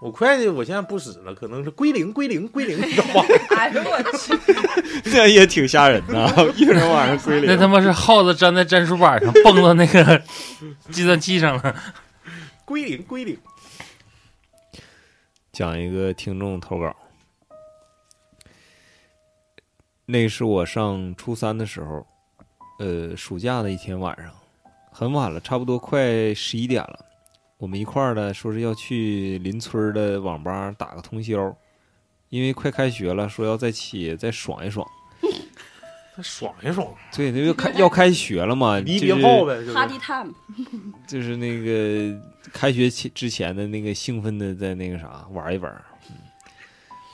我会计我现在不使了，可能是归零归零归零，你知道 <laughs> 吧？哎呦我去！这也挺吓人的啊， <laughs> 一人晚上归那零。他妈是耗子粘在战术板上，蹦到那个 <laughs> 计算器上了。归零归零。讲一个听众投稿，那是我上初三的时候，呃，暑假的一天晚上，很晚了，差不多快十一点了。我们一块儿呢，说是要去邻村的网吧打个通宵，因为快开学了，说要在一起再爽一爽。他爽一爽，对，因为开要开学了嘛，离就是别后呗，嗯就是哈迪 time，就是那个开学前之前的那个兴奋的，在那个啥玩一玩。嗯，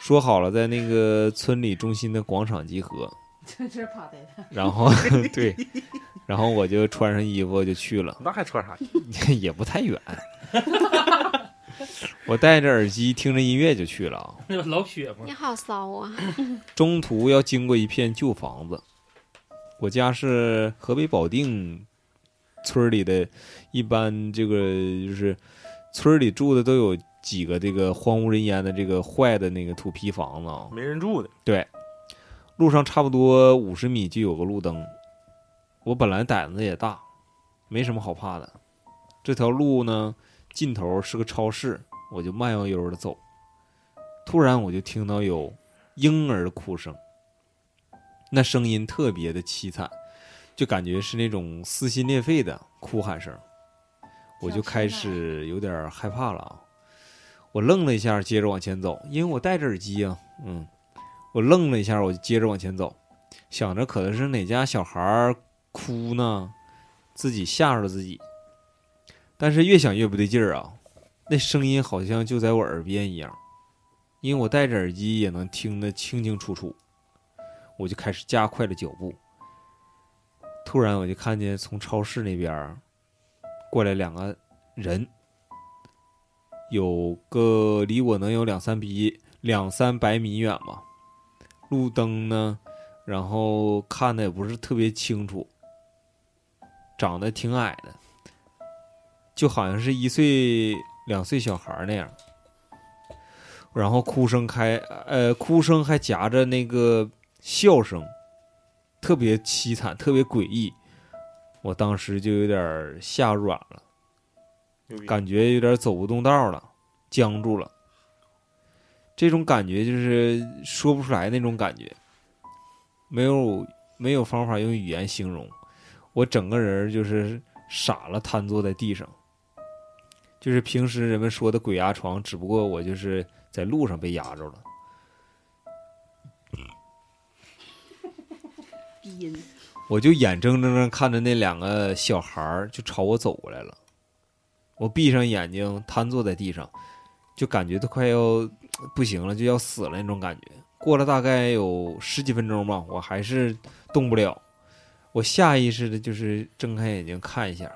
说好了在那个村里中心的广场集合， <laughs> 这是怕的。然后对，然后我就穿上衣服我就去了，那还穿啥？也不太远。 <laughs> 我戴着耳机听着音乐就去了啊。 <laughs> 那个老雪嘛你，好骚啊！中途要经过一片旧房子。我家是河北保定村儿里的，一般这个就是村儿里住的都有几个这个荒无人烟的这个坏的那个土坯房子啊。没人住的，路上差不多五十米就有个路灯。我本来胆子也大，没什么好怕的。这条路呢，尽头是个超市，我就慢悠悠的走。突然我就听到有婴儿的哭声，那声音特别的凄惨，就感觉是那种撕心裂肺的哭喊声。我就开始有点害怕了啊！我愣了一下，接着往前走，因为我戴着耳机啊，嗯，我愣了一下，我就接着往前走，想着可能是哪家小孩儿哭呢，自己吓着了自己。但是越想越不对劲儿啊，那声音好像就在我耳边一样，因为我戴着耳机也能听得清清楚楚。我就开始加快了脚步，突然我就看见从超市那边儿过来两个人，有个离我能有两三米两三百米远吧。路灯呢，然后看的也不是特别清楚，长得挺矮的，就好像是一岁两岁小孩那样。然后哭声开，呃，哭声还夹着那个笑声，特别凄惨，特别诡异。我当时就有点儿吓软了。牛逼感觉有点走不动道了，僵住了。这种感觉就是说不出来那种感觉，没有没有方法用语言形容。我整个人就是傻了，瘫坐在地上。就是平时人们说的鬼压床，只不过我就是在路上被压着了。鼻音，我就眼睁睁地看着那两个小孩儿就朝我走过来了，我闭上眼睛瘫坐在地上，就感觉都快要呃不行了，就要死了那种感觉。过了大概有十几分钟吧，我还是动不了。我下意识的就是睁开眼睛看一下，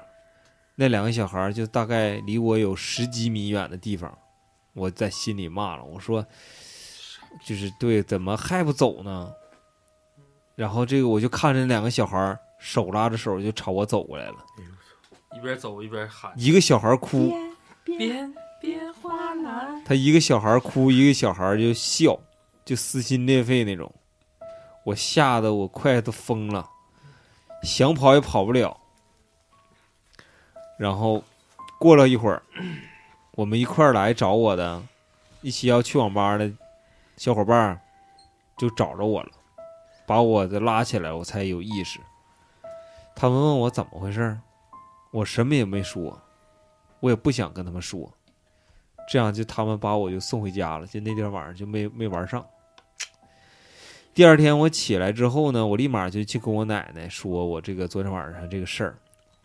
那两个小孩儿就大概离我有十几米远的地方，我在心里骂了，我说，就是对，怎么还不走呢？然后这个我就看着那两个小孩儿手拉着手就朝我走过来了，一边走一边喊，一个小孩儿哭，变变化难。他一个小孩儿哭，一个小孩儿就笑，就撕心裂肺那种。我吓得我快都疯了，想跑也跑不了。然后过了一会儿，我们一块儿来找我的，一起要去网吧的小伙伴儿就找着我了，把我的拉起来，我才有意识。他们问我怎么回事儿，我什么也没说，我也不想跟他们说。这样就他们把我就送回家了，就那天晚上就没没玩上。第二天我起来之后呢，我立马就去跟我奶奶说我这个昨天晚上这个事儿。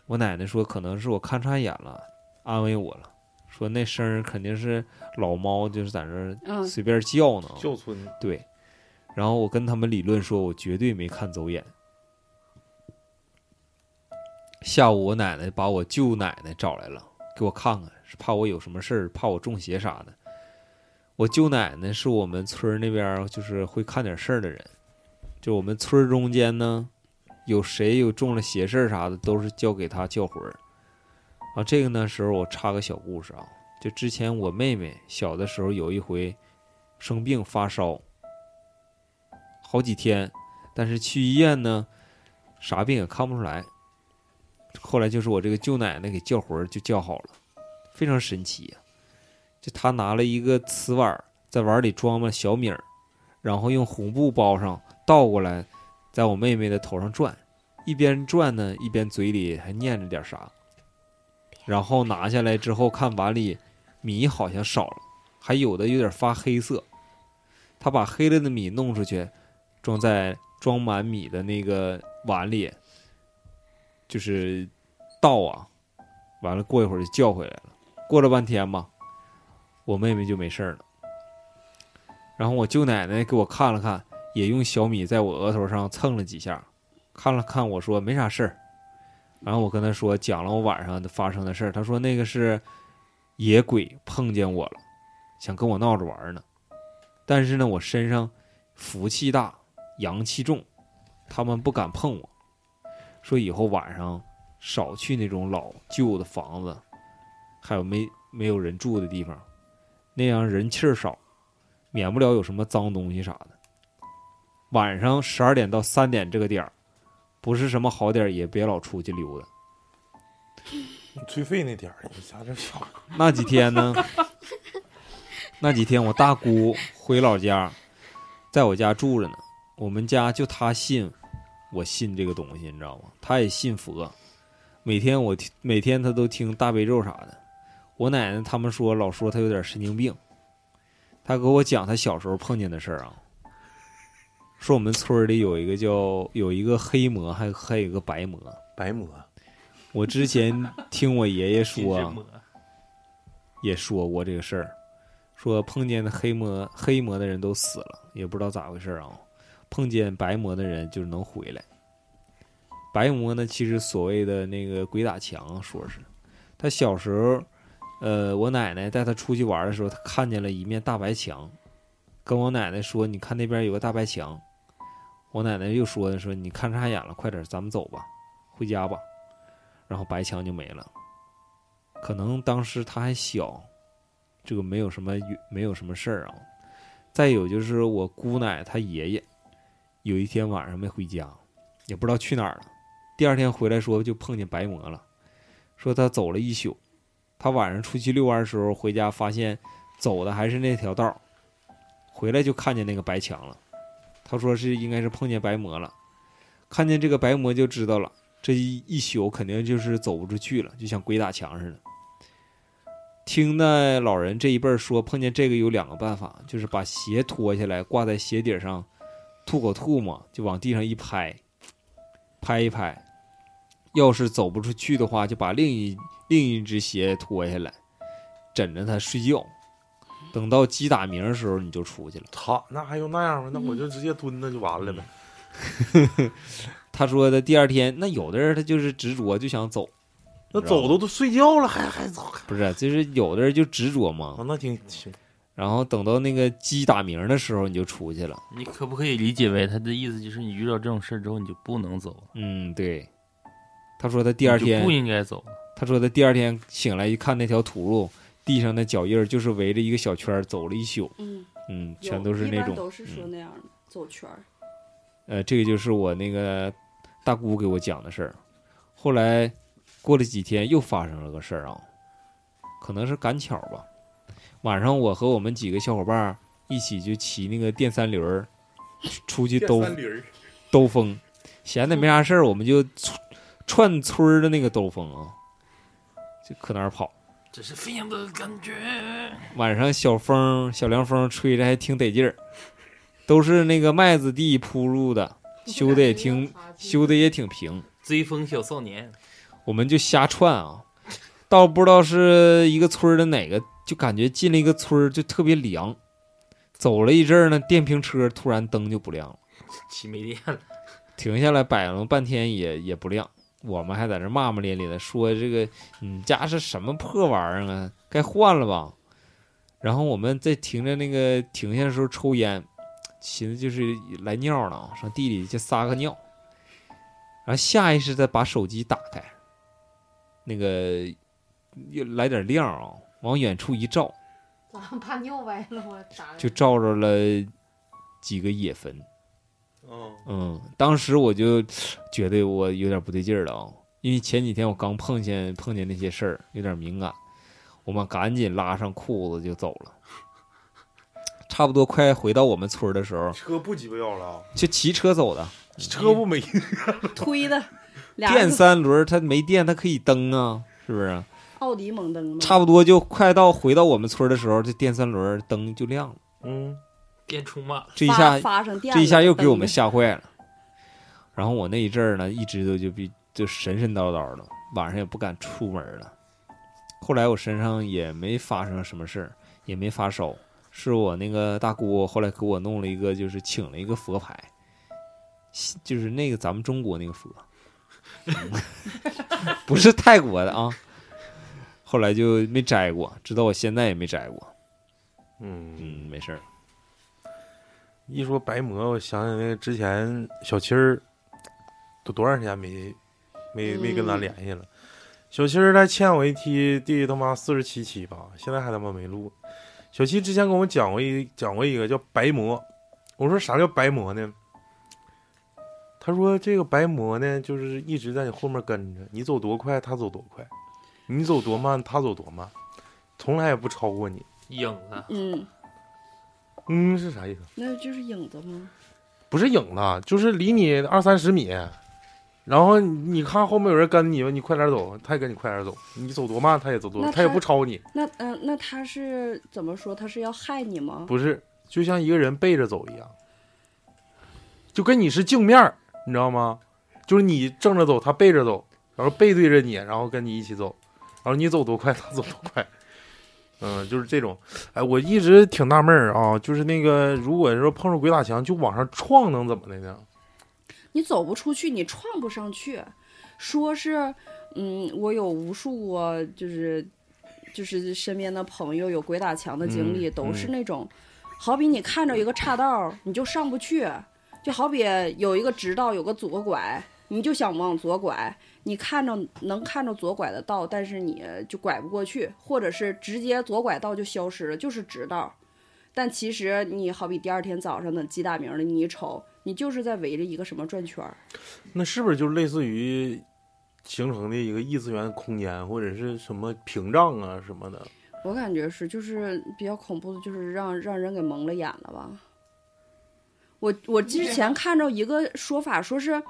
我奶奶说可能是我看差眼了，安慰我了，说那声儿肯定是老猫就是在那儿嗯，随便叫呢。叫春对，然后我跟他们理论说，我绝对没看走眼。下午我奶奶把我舅奶奶找来了，给我看看，是怕我有什么事儿，怕我中邪啥的。我舅奶奶是我们村儿那边儿就是会看点事儿的人，就我们村儿中间呢，有谁有中了邪事儿啥的，都是交给他叫魂儿。啊，这个呢时候我插个小故事啊，就之前我妹妹小的时候有一回生病发烧，好几天，但是去医院呢，啥病也看不出来。后来就是我这个舅奶奶给叫魂儿就叫好了，非常神奇呀、就她拿了一个瓷碗儿，在碗里装满小米儿，然后用红布包上，倒过来，在我妹妹的头上转，一边转呢，一边嘴里还念着点啥。然后拿下来之后，看碗里米好像少了，还有的有点发黑色。他把黑了的米弄出去，装在装满米的那个碗里，就是倒啊。完了，过一会儿就叫回来了。过了半天吧，我妹妹就没事儿了。然后我舅奶奶给我看了看，也用小米在我额头上蹭了几下，看了看我说没啥事儿。然后我跟她说讲了我晚上的发生的事儿，她说那个是野鬼碰见我了，想跟我闹着玩儿呢。但是呢，我身上福气大，阳气重，他们不敢碰我。说以后晚上少去那种老旧的房子，还有没没有人住的地方，那样人气儿少，免不了有什么脏东西啥的。晚上十二点到三点这个点儿，不是什么好点儿，也别老出去溜达。最费那点儿，你家这小那几天呢，那几天我大姑回老家，在我家住着呢。我们家就她信，我信这个东西，你知道吗？她也信佛，每天我听每天她都听大悲咒啥的。我奶奶他们说老说她有点神经病，她给我讲她小时候碰见的事儿啊，说我们村儿里有一个叫有一个黑魔，还还有一个白魔。白魔，我之前听我爷爷说啊、 <laughs> 金针蘑也说过这个事儿，说碰见的黑魔黑魔的人都死了，也不知道咋回事儿啊。碰见白魔的人就是能回来。白魔呢，其实所谓的那个鬼打墙，啊说是他小时候，呃，我奶奶带他出去玩的时候，他看见了一面大白墙，跟我奶奶说：“你看那边有个大白墙。”我奶奶又说：“说你看傻眼了，快点儿，咱们走吧，回家吧。”然后白墙就没了。可能当时他还小，这个没有什么没有什么事儿啊。再有就是我姑奶她爷爷，有一天晚上没回家，也不知道去哪儿了。第二天回来说就碰见白魔了，说他走了一宿，他晚上出去遛弯的时候回家发现走的还是那条道儿，回来就看见那个白墙了。他说是应该是碰见白魔了，看见这个白魔就知道了，这一一宿肯定就是走不出去了，就像鬼打墙似的。听那老人这一辈儿说，碰见这个有两个办法，就是把鞋脱下来挂在鞋底上，吐口吐沫就往地上一拍，拍一拍。要是走不出去的话，就把另一另一只鞋脱下来，枕着它睡觉。等到鸡打鸣的时候，你就出去了。他那还用那样吗？那我就直接蹲着就完了呗。他说的第二天，那有的人他就是执着，就想走，那走都都睡觉了，还还走？不是，就是有的人就执着啊嘛。，那挺挺然后等到那个鸡打鸣的时候，你就出去了。你可不可以理解为他的意思就是你遇到这种事儿之后你就不能走，嗯，对。他说他第二你就天不应该走，他说他第二天醒来一看那条土路，地上的脚印儿就是围着一个小圈儿走了一宿，嗯，嗯，有全都是一那般种，都是说嗯那样的走圈儿。呃，这个就是我那个大姑给我讲的事儿。后来过了几天又发生了个事儿啊，可能是赶巧吧。晚上我和我们几个小伙伴儿一起就骑那个电三轮儿出去兜驴儿，兜风，闲的没啥事儿，我们就窜串村儿的那个兜风啊，就搁那儿跑。这是飞扬的感觉。晚上小风、小凉风吹着还挺得劲儿，都是那个麦子地铺路的，修的也挺 <laughs> 修的也挺平，追风小少年，我们就瞎串啊。到不知道是一个村儿的哪个，就感觉进了一个村儿就特别凉。走了一阵儿呢，电瓶车突然灯就不亮了，骑没电了，停下来摆弄半天也也不亮。我们还在这骂骂咧咧的说这个你家是什么破玩意儿啊？该换了吧。然后我们在停着那个停下的时候抽烟，寻思就是来尿了啊，上地里去撒个尿。然后下意识的把手机打开，那个又来点亮啊，往远处一照，咋怕尿歪了？我咋就照着了几个野坟。嗯嗯，当时我就觉得我有点不对劲儿了啊，因为前几天我刚碰见碰见那些事儿，有点敏感，我们赶紧拉上裤子就走了。差不多快回到我们村儿的时候，车不鸡巴要了啊，就骑车走的，车不没 <laughs> 推的，俩电三轮儿它没电，它可以蹬啊，是不是？奥迪猛蹬嘛，差不多就快到回到我们村儿的时候，这电三轮儿灯就亮了， <laughs> 嗯，电充满了，这一发下发生电了，这一下又给我们蹬吓坏了。然后我那一阵儿呢，一直都就比就神神叨叨的，晚上也不敢出门了。后来我身上也没发生什么事儿，也没发烧，是我那个大姑后来给我弄了一个，就是请了一个佛牌，西就是那个咱们中国那个佛， <laughs> 不是泰国的啊。后来就没摘过，直到我现在也没摘过。嗯，嗯，没事儿。一说白馍，我想起那个之前小七儿，都多长时间没没没跟咱联系了。小七儿他欠我一期第他妈四十七期吧，现在还他妈没录。小七之前跟我讲过一讲过一个叫白馍，我说啥叫白馍呢？他说这个白馍呢，就是一直在你后面跟着，你走多快他走多快，你走多慢他走多慢，从来也不超过你。影啊哎子嗯，嗯，是啥意思？那就是影子吗？不是影子，就是离你二三十米，然后你看后面有人跟你，你快点走，他也跟你快点走，你走多慢他也走多，那慢，他也不超你，那嗯、呃那他是怎么说？他是要害你吗？不是，就像一个人背着走一样，就跟你是镜面儿，你知道吗？就是你正着走，他背着走，然后背对着你，然后跟你一起走，然后你走多快，他走多快。嗯，就是这种，哎，我一直挺纳闷儿啊，就是那个，如果说碰上鬼打墙，就往上撞能怎么的呢？你走不出去，你撞不上去。说是，嗯，我有无数个就是就是身边的朋友有鬼打墙的经历，嗯都是那种，好比你看着一个岔道儿，你就上不去，就好比有一个直道，有个左拐，你就想往左拐，你看着能看着左拐的道，但是你就拐不过去，或者是直接左拐道就消失了，就是直道。但其实你好比第二天早上等鸡打鸣了，你一瞅，你就是在围着一个什么转圈儿。那是不是就类似于形成的一个异次元空间，或者是什么屏障啊什么的？我感觉是，就是比较恐怖的，就是让让人给蒙了眼了吧。我我之前看着一个说法，说是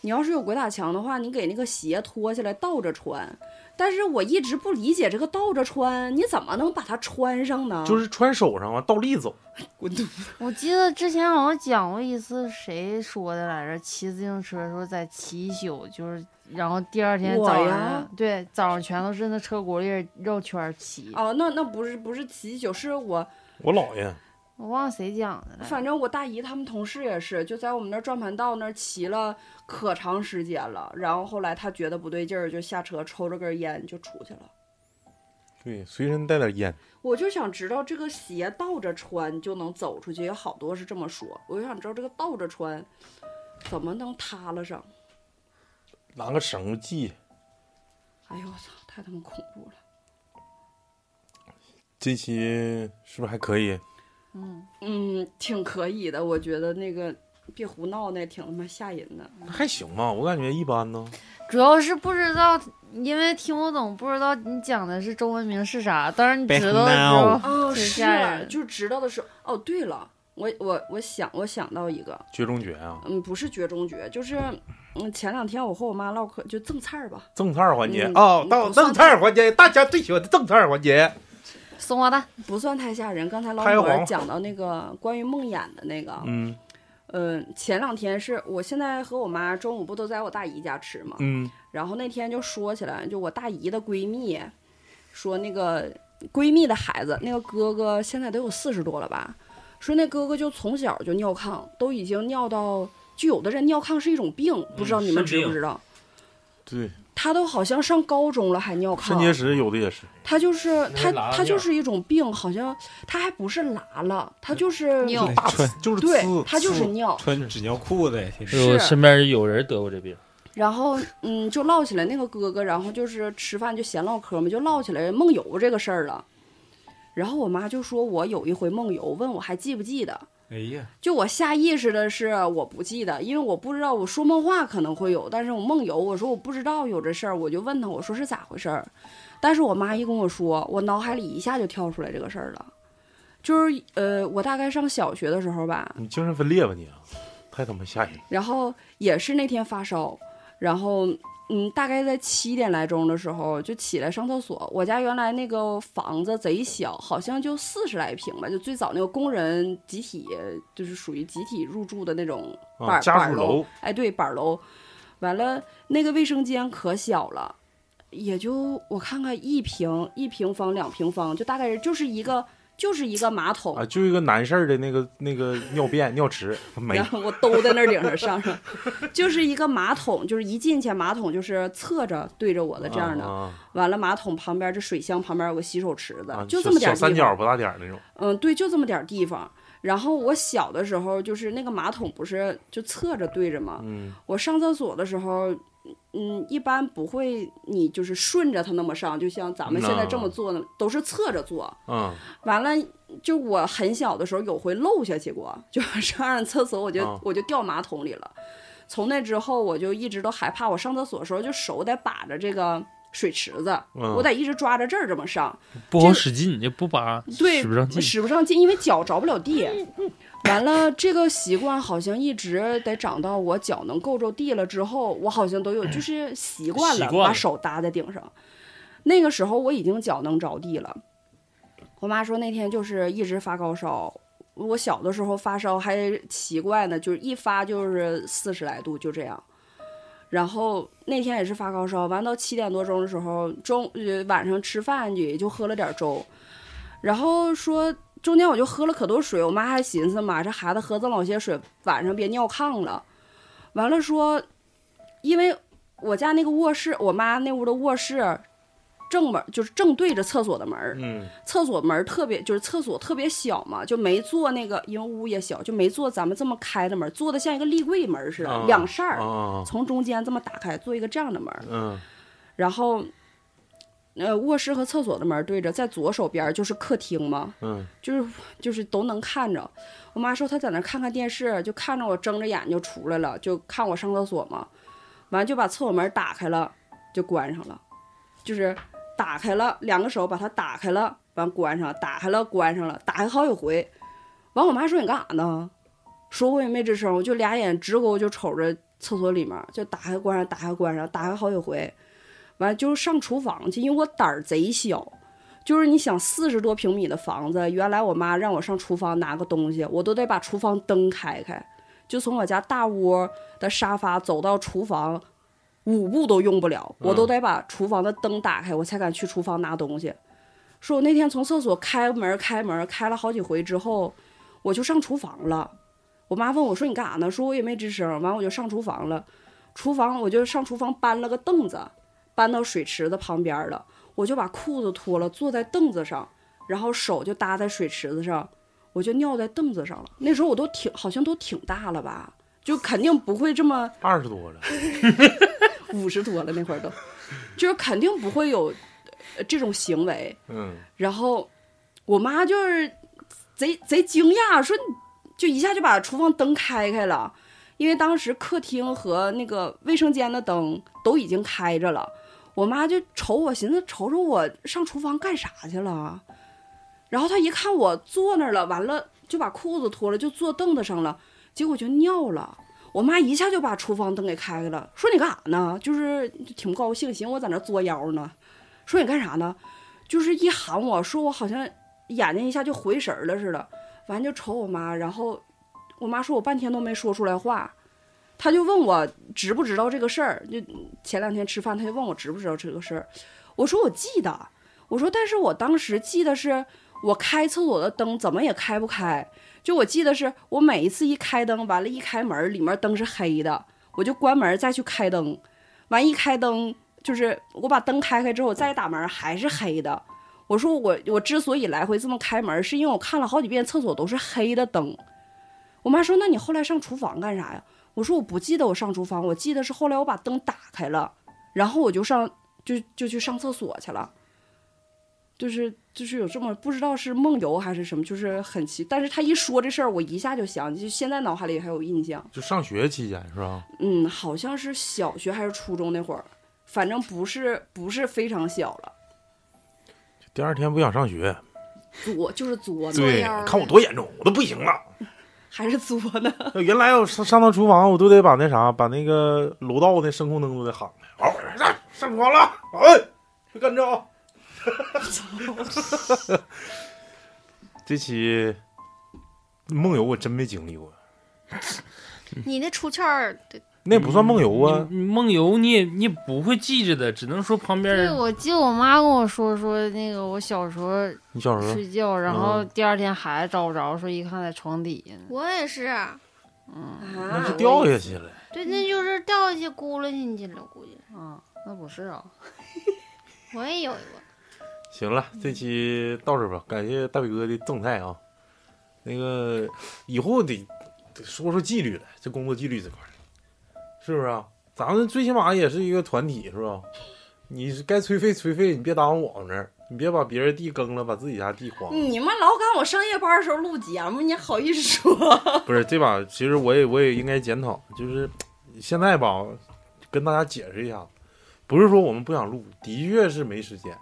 你要是有鬼打墙的话，你给那个鞋脱下来倒着穿。但是我一直不理解这个倒着穿，你怎么能把它穿上呢？就是穿手上啊，倒立走。我记得之前好像讲过一次，谁说的来着？骑自行车的时候在骑一宿，就是然后第二天我早呀上，对，早上全都是那车轱辘绕圈儿骑。哦，那那不是不是骑酒，是我我姥爷，我忘了谁讲的了。反正我大姨他们同事也是，就在我们那儿转盘道那儿骑了可长时间了。然后后来她觉得不对劲儿，就下车抽着根烟就出去了。对，随身带点烟。我就想知道这个鞋倒着穿就能走出去，有好多是这么说。我就想知道这个倒着穿怎么能塌了上？拿个绳子系，哎呦我操，太他妈恐怖了！这期是不是还可以？嗯，嗯，挺可以的，我觉得那个别胡闹那挺他妈吓人的。还行吧，我感觉一般呢。主要是不知道，因为听不懂，不知道你讲的是中文名是啥。当然你知道的时候，哦，挺是吓人的，就是知道的时候。哦，对了，我我我想我想到一个，绝中绝啊，嗯，不是绝中绝，就是嗯，前两天我和我妈唠嗑，就赠菜儿吧，赠菜儿环节嗯哦，到不算赠菜儿环节，大家最喜欢的赠菜儿环节。松花蛋，不算太吓人。刚才老拍板黄讲到那个关于梦魇的那个，啊嗯嗯，前两天是我现在和我妈中午不都在我大姨家吃嘛，嗯然后那天就说起来，就我大姨的闺蜜，说那个闺蜜的孩子，那个哥哥现在得有四十多了吧，说那哥哥就从小就尿炕，都已经尿到，就有的人尿炕是一种病，不知道你们是病知不知嗯道，对，他都好像上高中了还尿炕，肾结石有的也是，他就是那他是拉他就面是一种病，好像他还不是拉了，他哎就是尿大呲就是对呲，他就是尿，穿纸尿裤子，是我是身边有人得过这病，然后嗯就唠起来那个哥哥，然后就是吃饭就闲唠嗑嘛，就唠起来梦游这个事儿了。然后我妈就说我有一回梦游，问我还记不记得，哎呀，就我下意识的是我不记得，因为我不知道我说梦话可能会有，但是我梦游，我说我不知道有这事儿，我就问他我说是咋回事儿，但是我妈一跟我说，我脑海里一下就跳出来这个事儿了，就是呃我大概上小学的时候吧，你精神分裂吧你啊，太他妈吓人了！然后也是那天发烧，然后嗯，大概在七点来钟的时候就起来上厕所。我家原来那个房子贼小，好像就四十来平吧，就最早那个工人集体就是属于集体入住的那种板、啊，家板属楼楼，，哎，对板楼。完了，那个卫生间可小了，也就我看看一平一平方两平方，就大概是就是一个就是一个马桶啊，就一个难事儿的那个那个尿便尿池没然，后我兜在那顶上上上，就是一个马桶，就是一进去马桶就是侧着对着我的这样的，啊完了马桶旁边这水箱旁边有个洗手池子，啊，就小这么点小儿地方。三角不大点儿那种嗯，对，就这么点儿地方。然后我小的时候就是那个马桶不是就侧着对着吗？嗯我上厕所的时候，嗯，一般不会你就是顺着它那么上，就像咱们现在这么那做呢，都是侧着做。嗯，完了，就我很小的时候有回漏下去过， <laughs> 就是上厕所我就、啊我就掉马桶里了。从那之后，我就一直都害怕。我上厕所的时候，就手得把着这个水池子，嗯我得一直抓着这儿这么上。不这好个使劲，你就不把对，使不上劲。使不上劲，因为脚着不了地。完了，这个习惯好像一直得长到我脚能够着地了之后，我好像 <clears throat> 都有就是习惯了习惯了把手搭在顶上。那个时候我已经脚能着地了。我妈说那天就是一直发高烧，我小的时候发烧还奇怪呢，就是一发就是四十来度，就这样。然后那天也是发高烧，完到七点多钟的时候，中呃晚上吃饭也就喝了点粥，然后说中间我就喝了可多水，我妈还寻思妈这孩子喝这老些水，晚上别尿炕了。完了说，因为我家那个卧室，我妈那屋的卧室正门就是正对着厕所的门儿，嗯厕所门儿特别就是厕所特别小嘛，就没做那个，因为屋也小，就没做咱们这么开的门儿，做的像一个立柜门儿似的，啊两扇儿、啊从中间这么打开，做一个这样的门儿。嗯然后，呃，卧室和厕所的门儿对着，在左手边儿就是客厅嘛，嗯就是就是都能看着。我妈说她在那儿看看电视，就看着我睁着眼就出来了，就看我上厕所嘛，完就把厕所门打开了，就关上了，就是打开了，两个手把它打开了，完关上，打开了关上了，打开好几回。完我妈说你干啥呢？说我也没吱声，我就俩眼直勾就瞅着厕所里面，就打开关上，打开关上，打开好几回。完就上厨房去，因为我胆儿贼小，就是你想四十多平米的房子，原来我妈让我上厨房拿个东西，我都得把厨房灯开开，就从我家大窝的沙发走到厨房，五步都用不了，我都得把厨房的灯打开，我才敢去厨房拿东西。说我那天从厕所开门开门开了好几回之后，我就上厨房了。我妈问我说你干啥呢？说我也没吱声。完我就上厨房了，厨房我就上厨房搬了个凳子，搬到水池子旁边了。我就把裤子脱了，坐在凳子上，然后手就搭在水池子上，我就尿在凳子上了。那时候我都挺好像都挺大了吧，就肯定不会这么二十多了，五十多了那会儿都， <laughs> 就是肯定不会有呃这种行为。嗯然后我妈就是贼贼惊讶，说你就一下就把厨房灯开开了，因为当时客厅和那个卫生间的灯都已经开着了。我妈就瞅我，寻思瞅瞅我上厨房干啥去了。然后她一看我坐那儿了，完了就把裤子脱了，就坐凳子上了，结果就尿了。我妈一下就把厨房灯给开开了，说你干啥呢？就是就挺不高兴，寻思我在那儿作妖呢。说你干啥呢？就是一喊我说我好像眼睛一下就回神儿了似的，完就瞅我妈，然后我妈说我半天都没说出来话，她就问我知不知道这个事儿，就前两天吃饭她就问我知不知道这个事儿，我说我记得，我说但是我当时记得是我开厕所的灯怎么也开不开，就我记得是我每一次一开灯，完了一开门儿里面灯是黑的，我就关门儿再去开灯，完一开灯。就是我把灯开开之后，再一打门儿还是黑的，我说我我之所以来回这么开门，是因为我看了好几遍厕所都是黑的灯。我妈说：“那你后来上厨房干啥呀？”我说我不记得我上厨房，我记得是后来我把灯打开了，然后我就上就就去上厕所去了。就是就是有这么不知道是梦游还是什么，就是很奇。但是他一说这事儿，我一下就想起，就现在脑海里还有印象。就上学期间是吧？嗯，好像是小学还是初中那会儿，反正不是不是非常小了，第二天不想上学，作就是作呢，对，看我多严重，我都不行了。还是作呢。 <laughs> 要原来我上上趟厨房，我都得把那啥，把那个楼道的声控灯都得喊开。嗷、上上厨房了，老摁，就跟着啊。这期梦游我真没经历过，你那出窍儿，对那不算梦游啊。你你梦游你也你也不会记着的，只能说旁边对，儿我记得我妈跟我说说那个我小时候你小时候睡觉，然后嗯第二天孩子找不着，说一看在床底下呢。我也是，嗯那啊是，掉下去了，对，那就是掉下去咕噜进去了，估计啊，那不是啊，我也有一个。行了，这期到这儿吧，感谢大伟哥的赠菜啊。那个以后得得说说纪律了，这工作纪律这块儿，是不是啊？咱们最起码也是一个团体，是吧？你是该催费催费，你别耽误我们这儿，你别把别人地耕了，把自己家地荒了。你们老赶我上夜班的时候录节目，你好意 <laughs> 思说？ <laughs> 不是这把，其实我也我也应该检讨，就是现在吧，跟大家解释一下，不是说我们不想录，的确是没时间。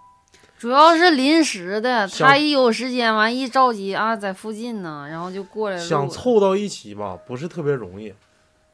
主要是临时的，想他一有时间完一着急啊，在附近呢，然后就过来录想凑到一起吧，不是特别容易，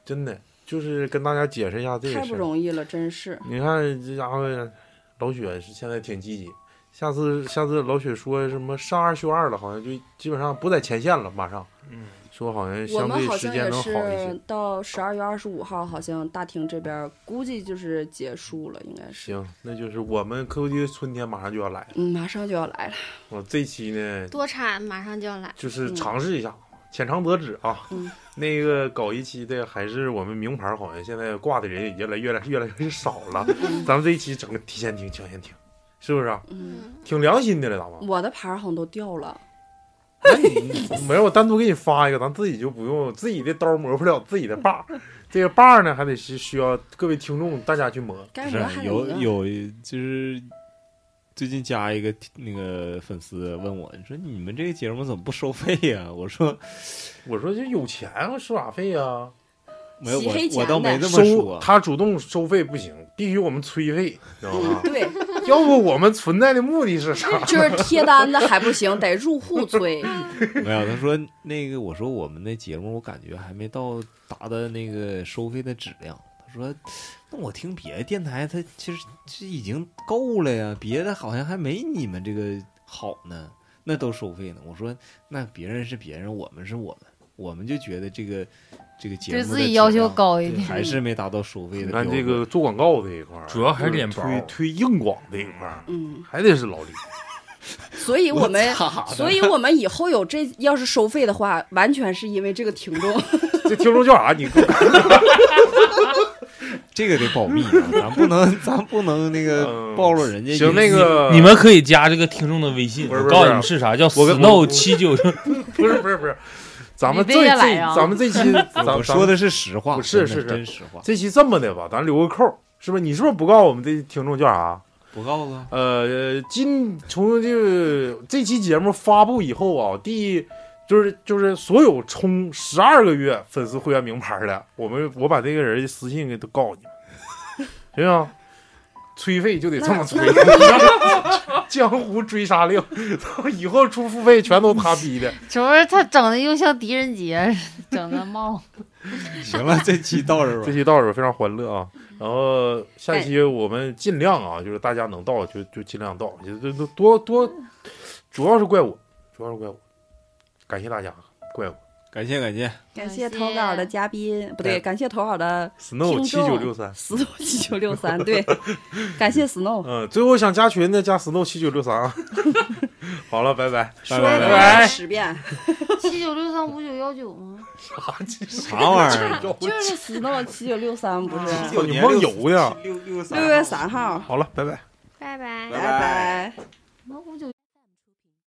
真的就是跟大家解释一下这太个事不儿。容易了，真是。你看这家伙，老雪是现在挺积极，下次下次老雪说什么上二休二了，好像就基本上不在前线了，马上嗯，说好像我相们对好时像间也能好一些是。到十二月二十五号，好像大厅这边估计就是结束了，应该是。行，那就是我们科技的春天马上就要来了。嗯，马上就要来了。我这期呢，多产马上就要来，就是尝试一下，浅尝辄止啊。嗯 <laughs> 那个搞一期的还是我们名牌，好像现在挂的人也越来越来越来越少了。咱们这一期整个提前听、抢先听，是不是、啊？嗯，挺良心的了，咱们。我的牌儿好像都掉了。那你没事，我单独给你发一个，咱自己就不用自己的刀磨不了自己的把儿，这个把儿呢还得是需要各位听众大家去磨。该不磨哎还是啊得磨有。有就是最近加一个那个粉丝问我，你说你们这个节目怎么不收费呀、我说我说这有钱收啥费啊？没有，洗我黑钱我倒没的？这么收说。他主动收费不行，必须我们催费，知道吗对，要不我们存在的目的是啥？就是贴单子还不行，得入户 <laughs> 催。 <laughs> 没有，他说那个，我说我们的节目，我感觉还没到达的那个收费的质量。他说，那我听别的电台，他其实这已经够了呀，别的好像还没你们这个好呢，那都收费呢。我说，那别人是别人，我们是我们，我们就觉得这个这个节目对的自己要质求量高一嗯对点。还是没达到收费的你标看准。这个做广告这一块儿，主要还是脸薄推推硬广这一块儿，嗯，还得是老李。所以我们，操所以我们以后有这要是收费的话，完全是因为这个听众。这听众叫啥？你给我这个得保密啊，咱不能咱不能那个嗯暴露人家隐私。行那个你们可以加这个听众的微信，不是我不是告不诉是你们是啥，叫我跟我 snow 七九。不是不是不是，咱们你这别这也来啊咱们这期咱 <laughs> 我们说的是实话，不是真的是是真实话，这期这么的吧，咱留个扣儿，是不是？你是不是不告诉我们这听众叫啥？不告诉。呃，今从这个这期节目发布以后啊，第就是就是所有充十二个月粉丝会员名牌的，我们我把这个人私信给都告诉你们， <laughs> 行不行？催费就得这么催， <laughs> 江湖追杀令， <laughs> 以后出付费全都他逼的。主要 <laughs> 是他整的又像狄仁杰似的，整的帽子。行了，这期到这儿吧 <laughs> 这。期到这儿非常欢乐啊，然后下期哎我们尽量啊，就是大家能到就就尽量到，就就多多，主要是怪我，主要是怪我，感谢大家，怪我。感谢 <laughs> 感谢， <laughs> 感谢投稿的嘉宾，不对，感谢投稿的 Snow 七听九众六三，四六七九六三，对，感谢 Snow。嗯，最后想加群的加 Snow 七九六三啊。 <laughs> 好了，拜拜。拜说拜了拜拜。十遍， <laughs> 七九六三五九幺九吗？啥玩意啊儿？就是 Snow 七九六三，不是嗯九年六四六六六月三号， <laughs> 好了，拜拜。拜拜拜。拜拜。那五九。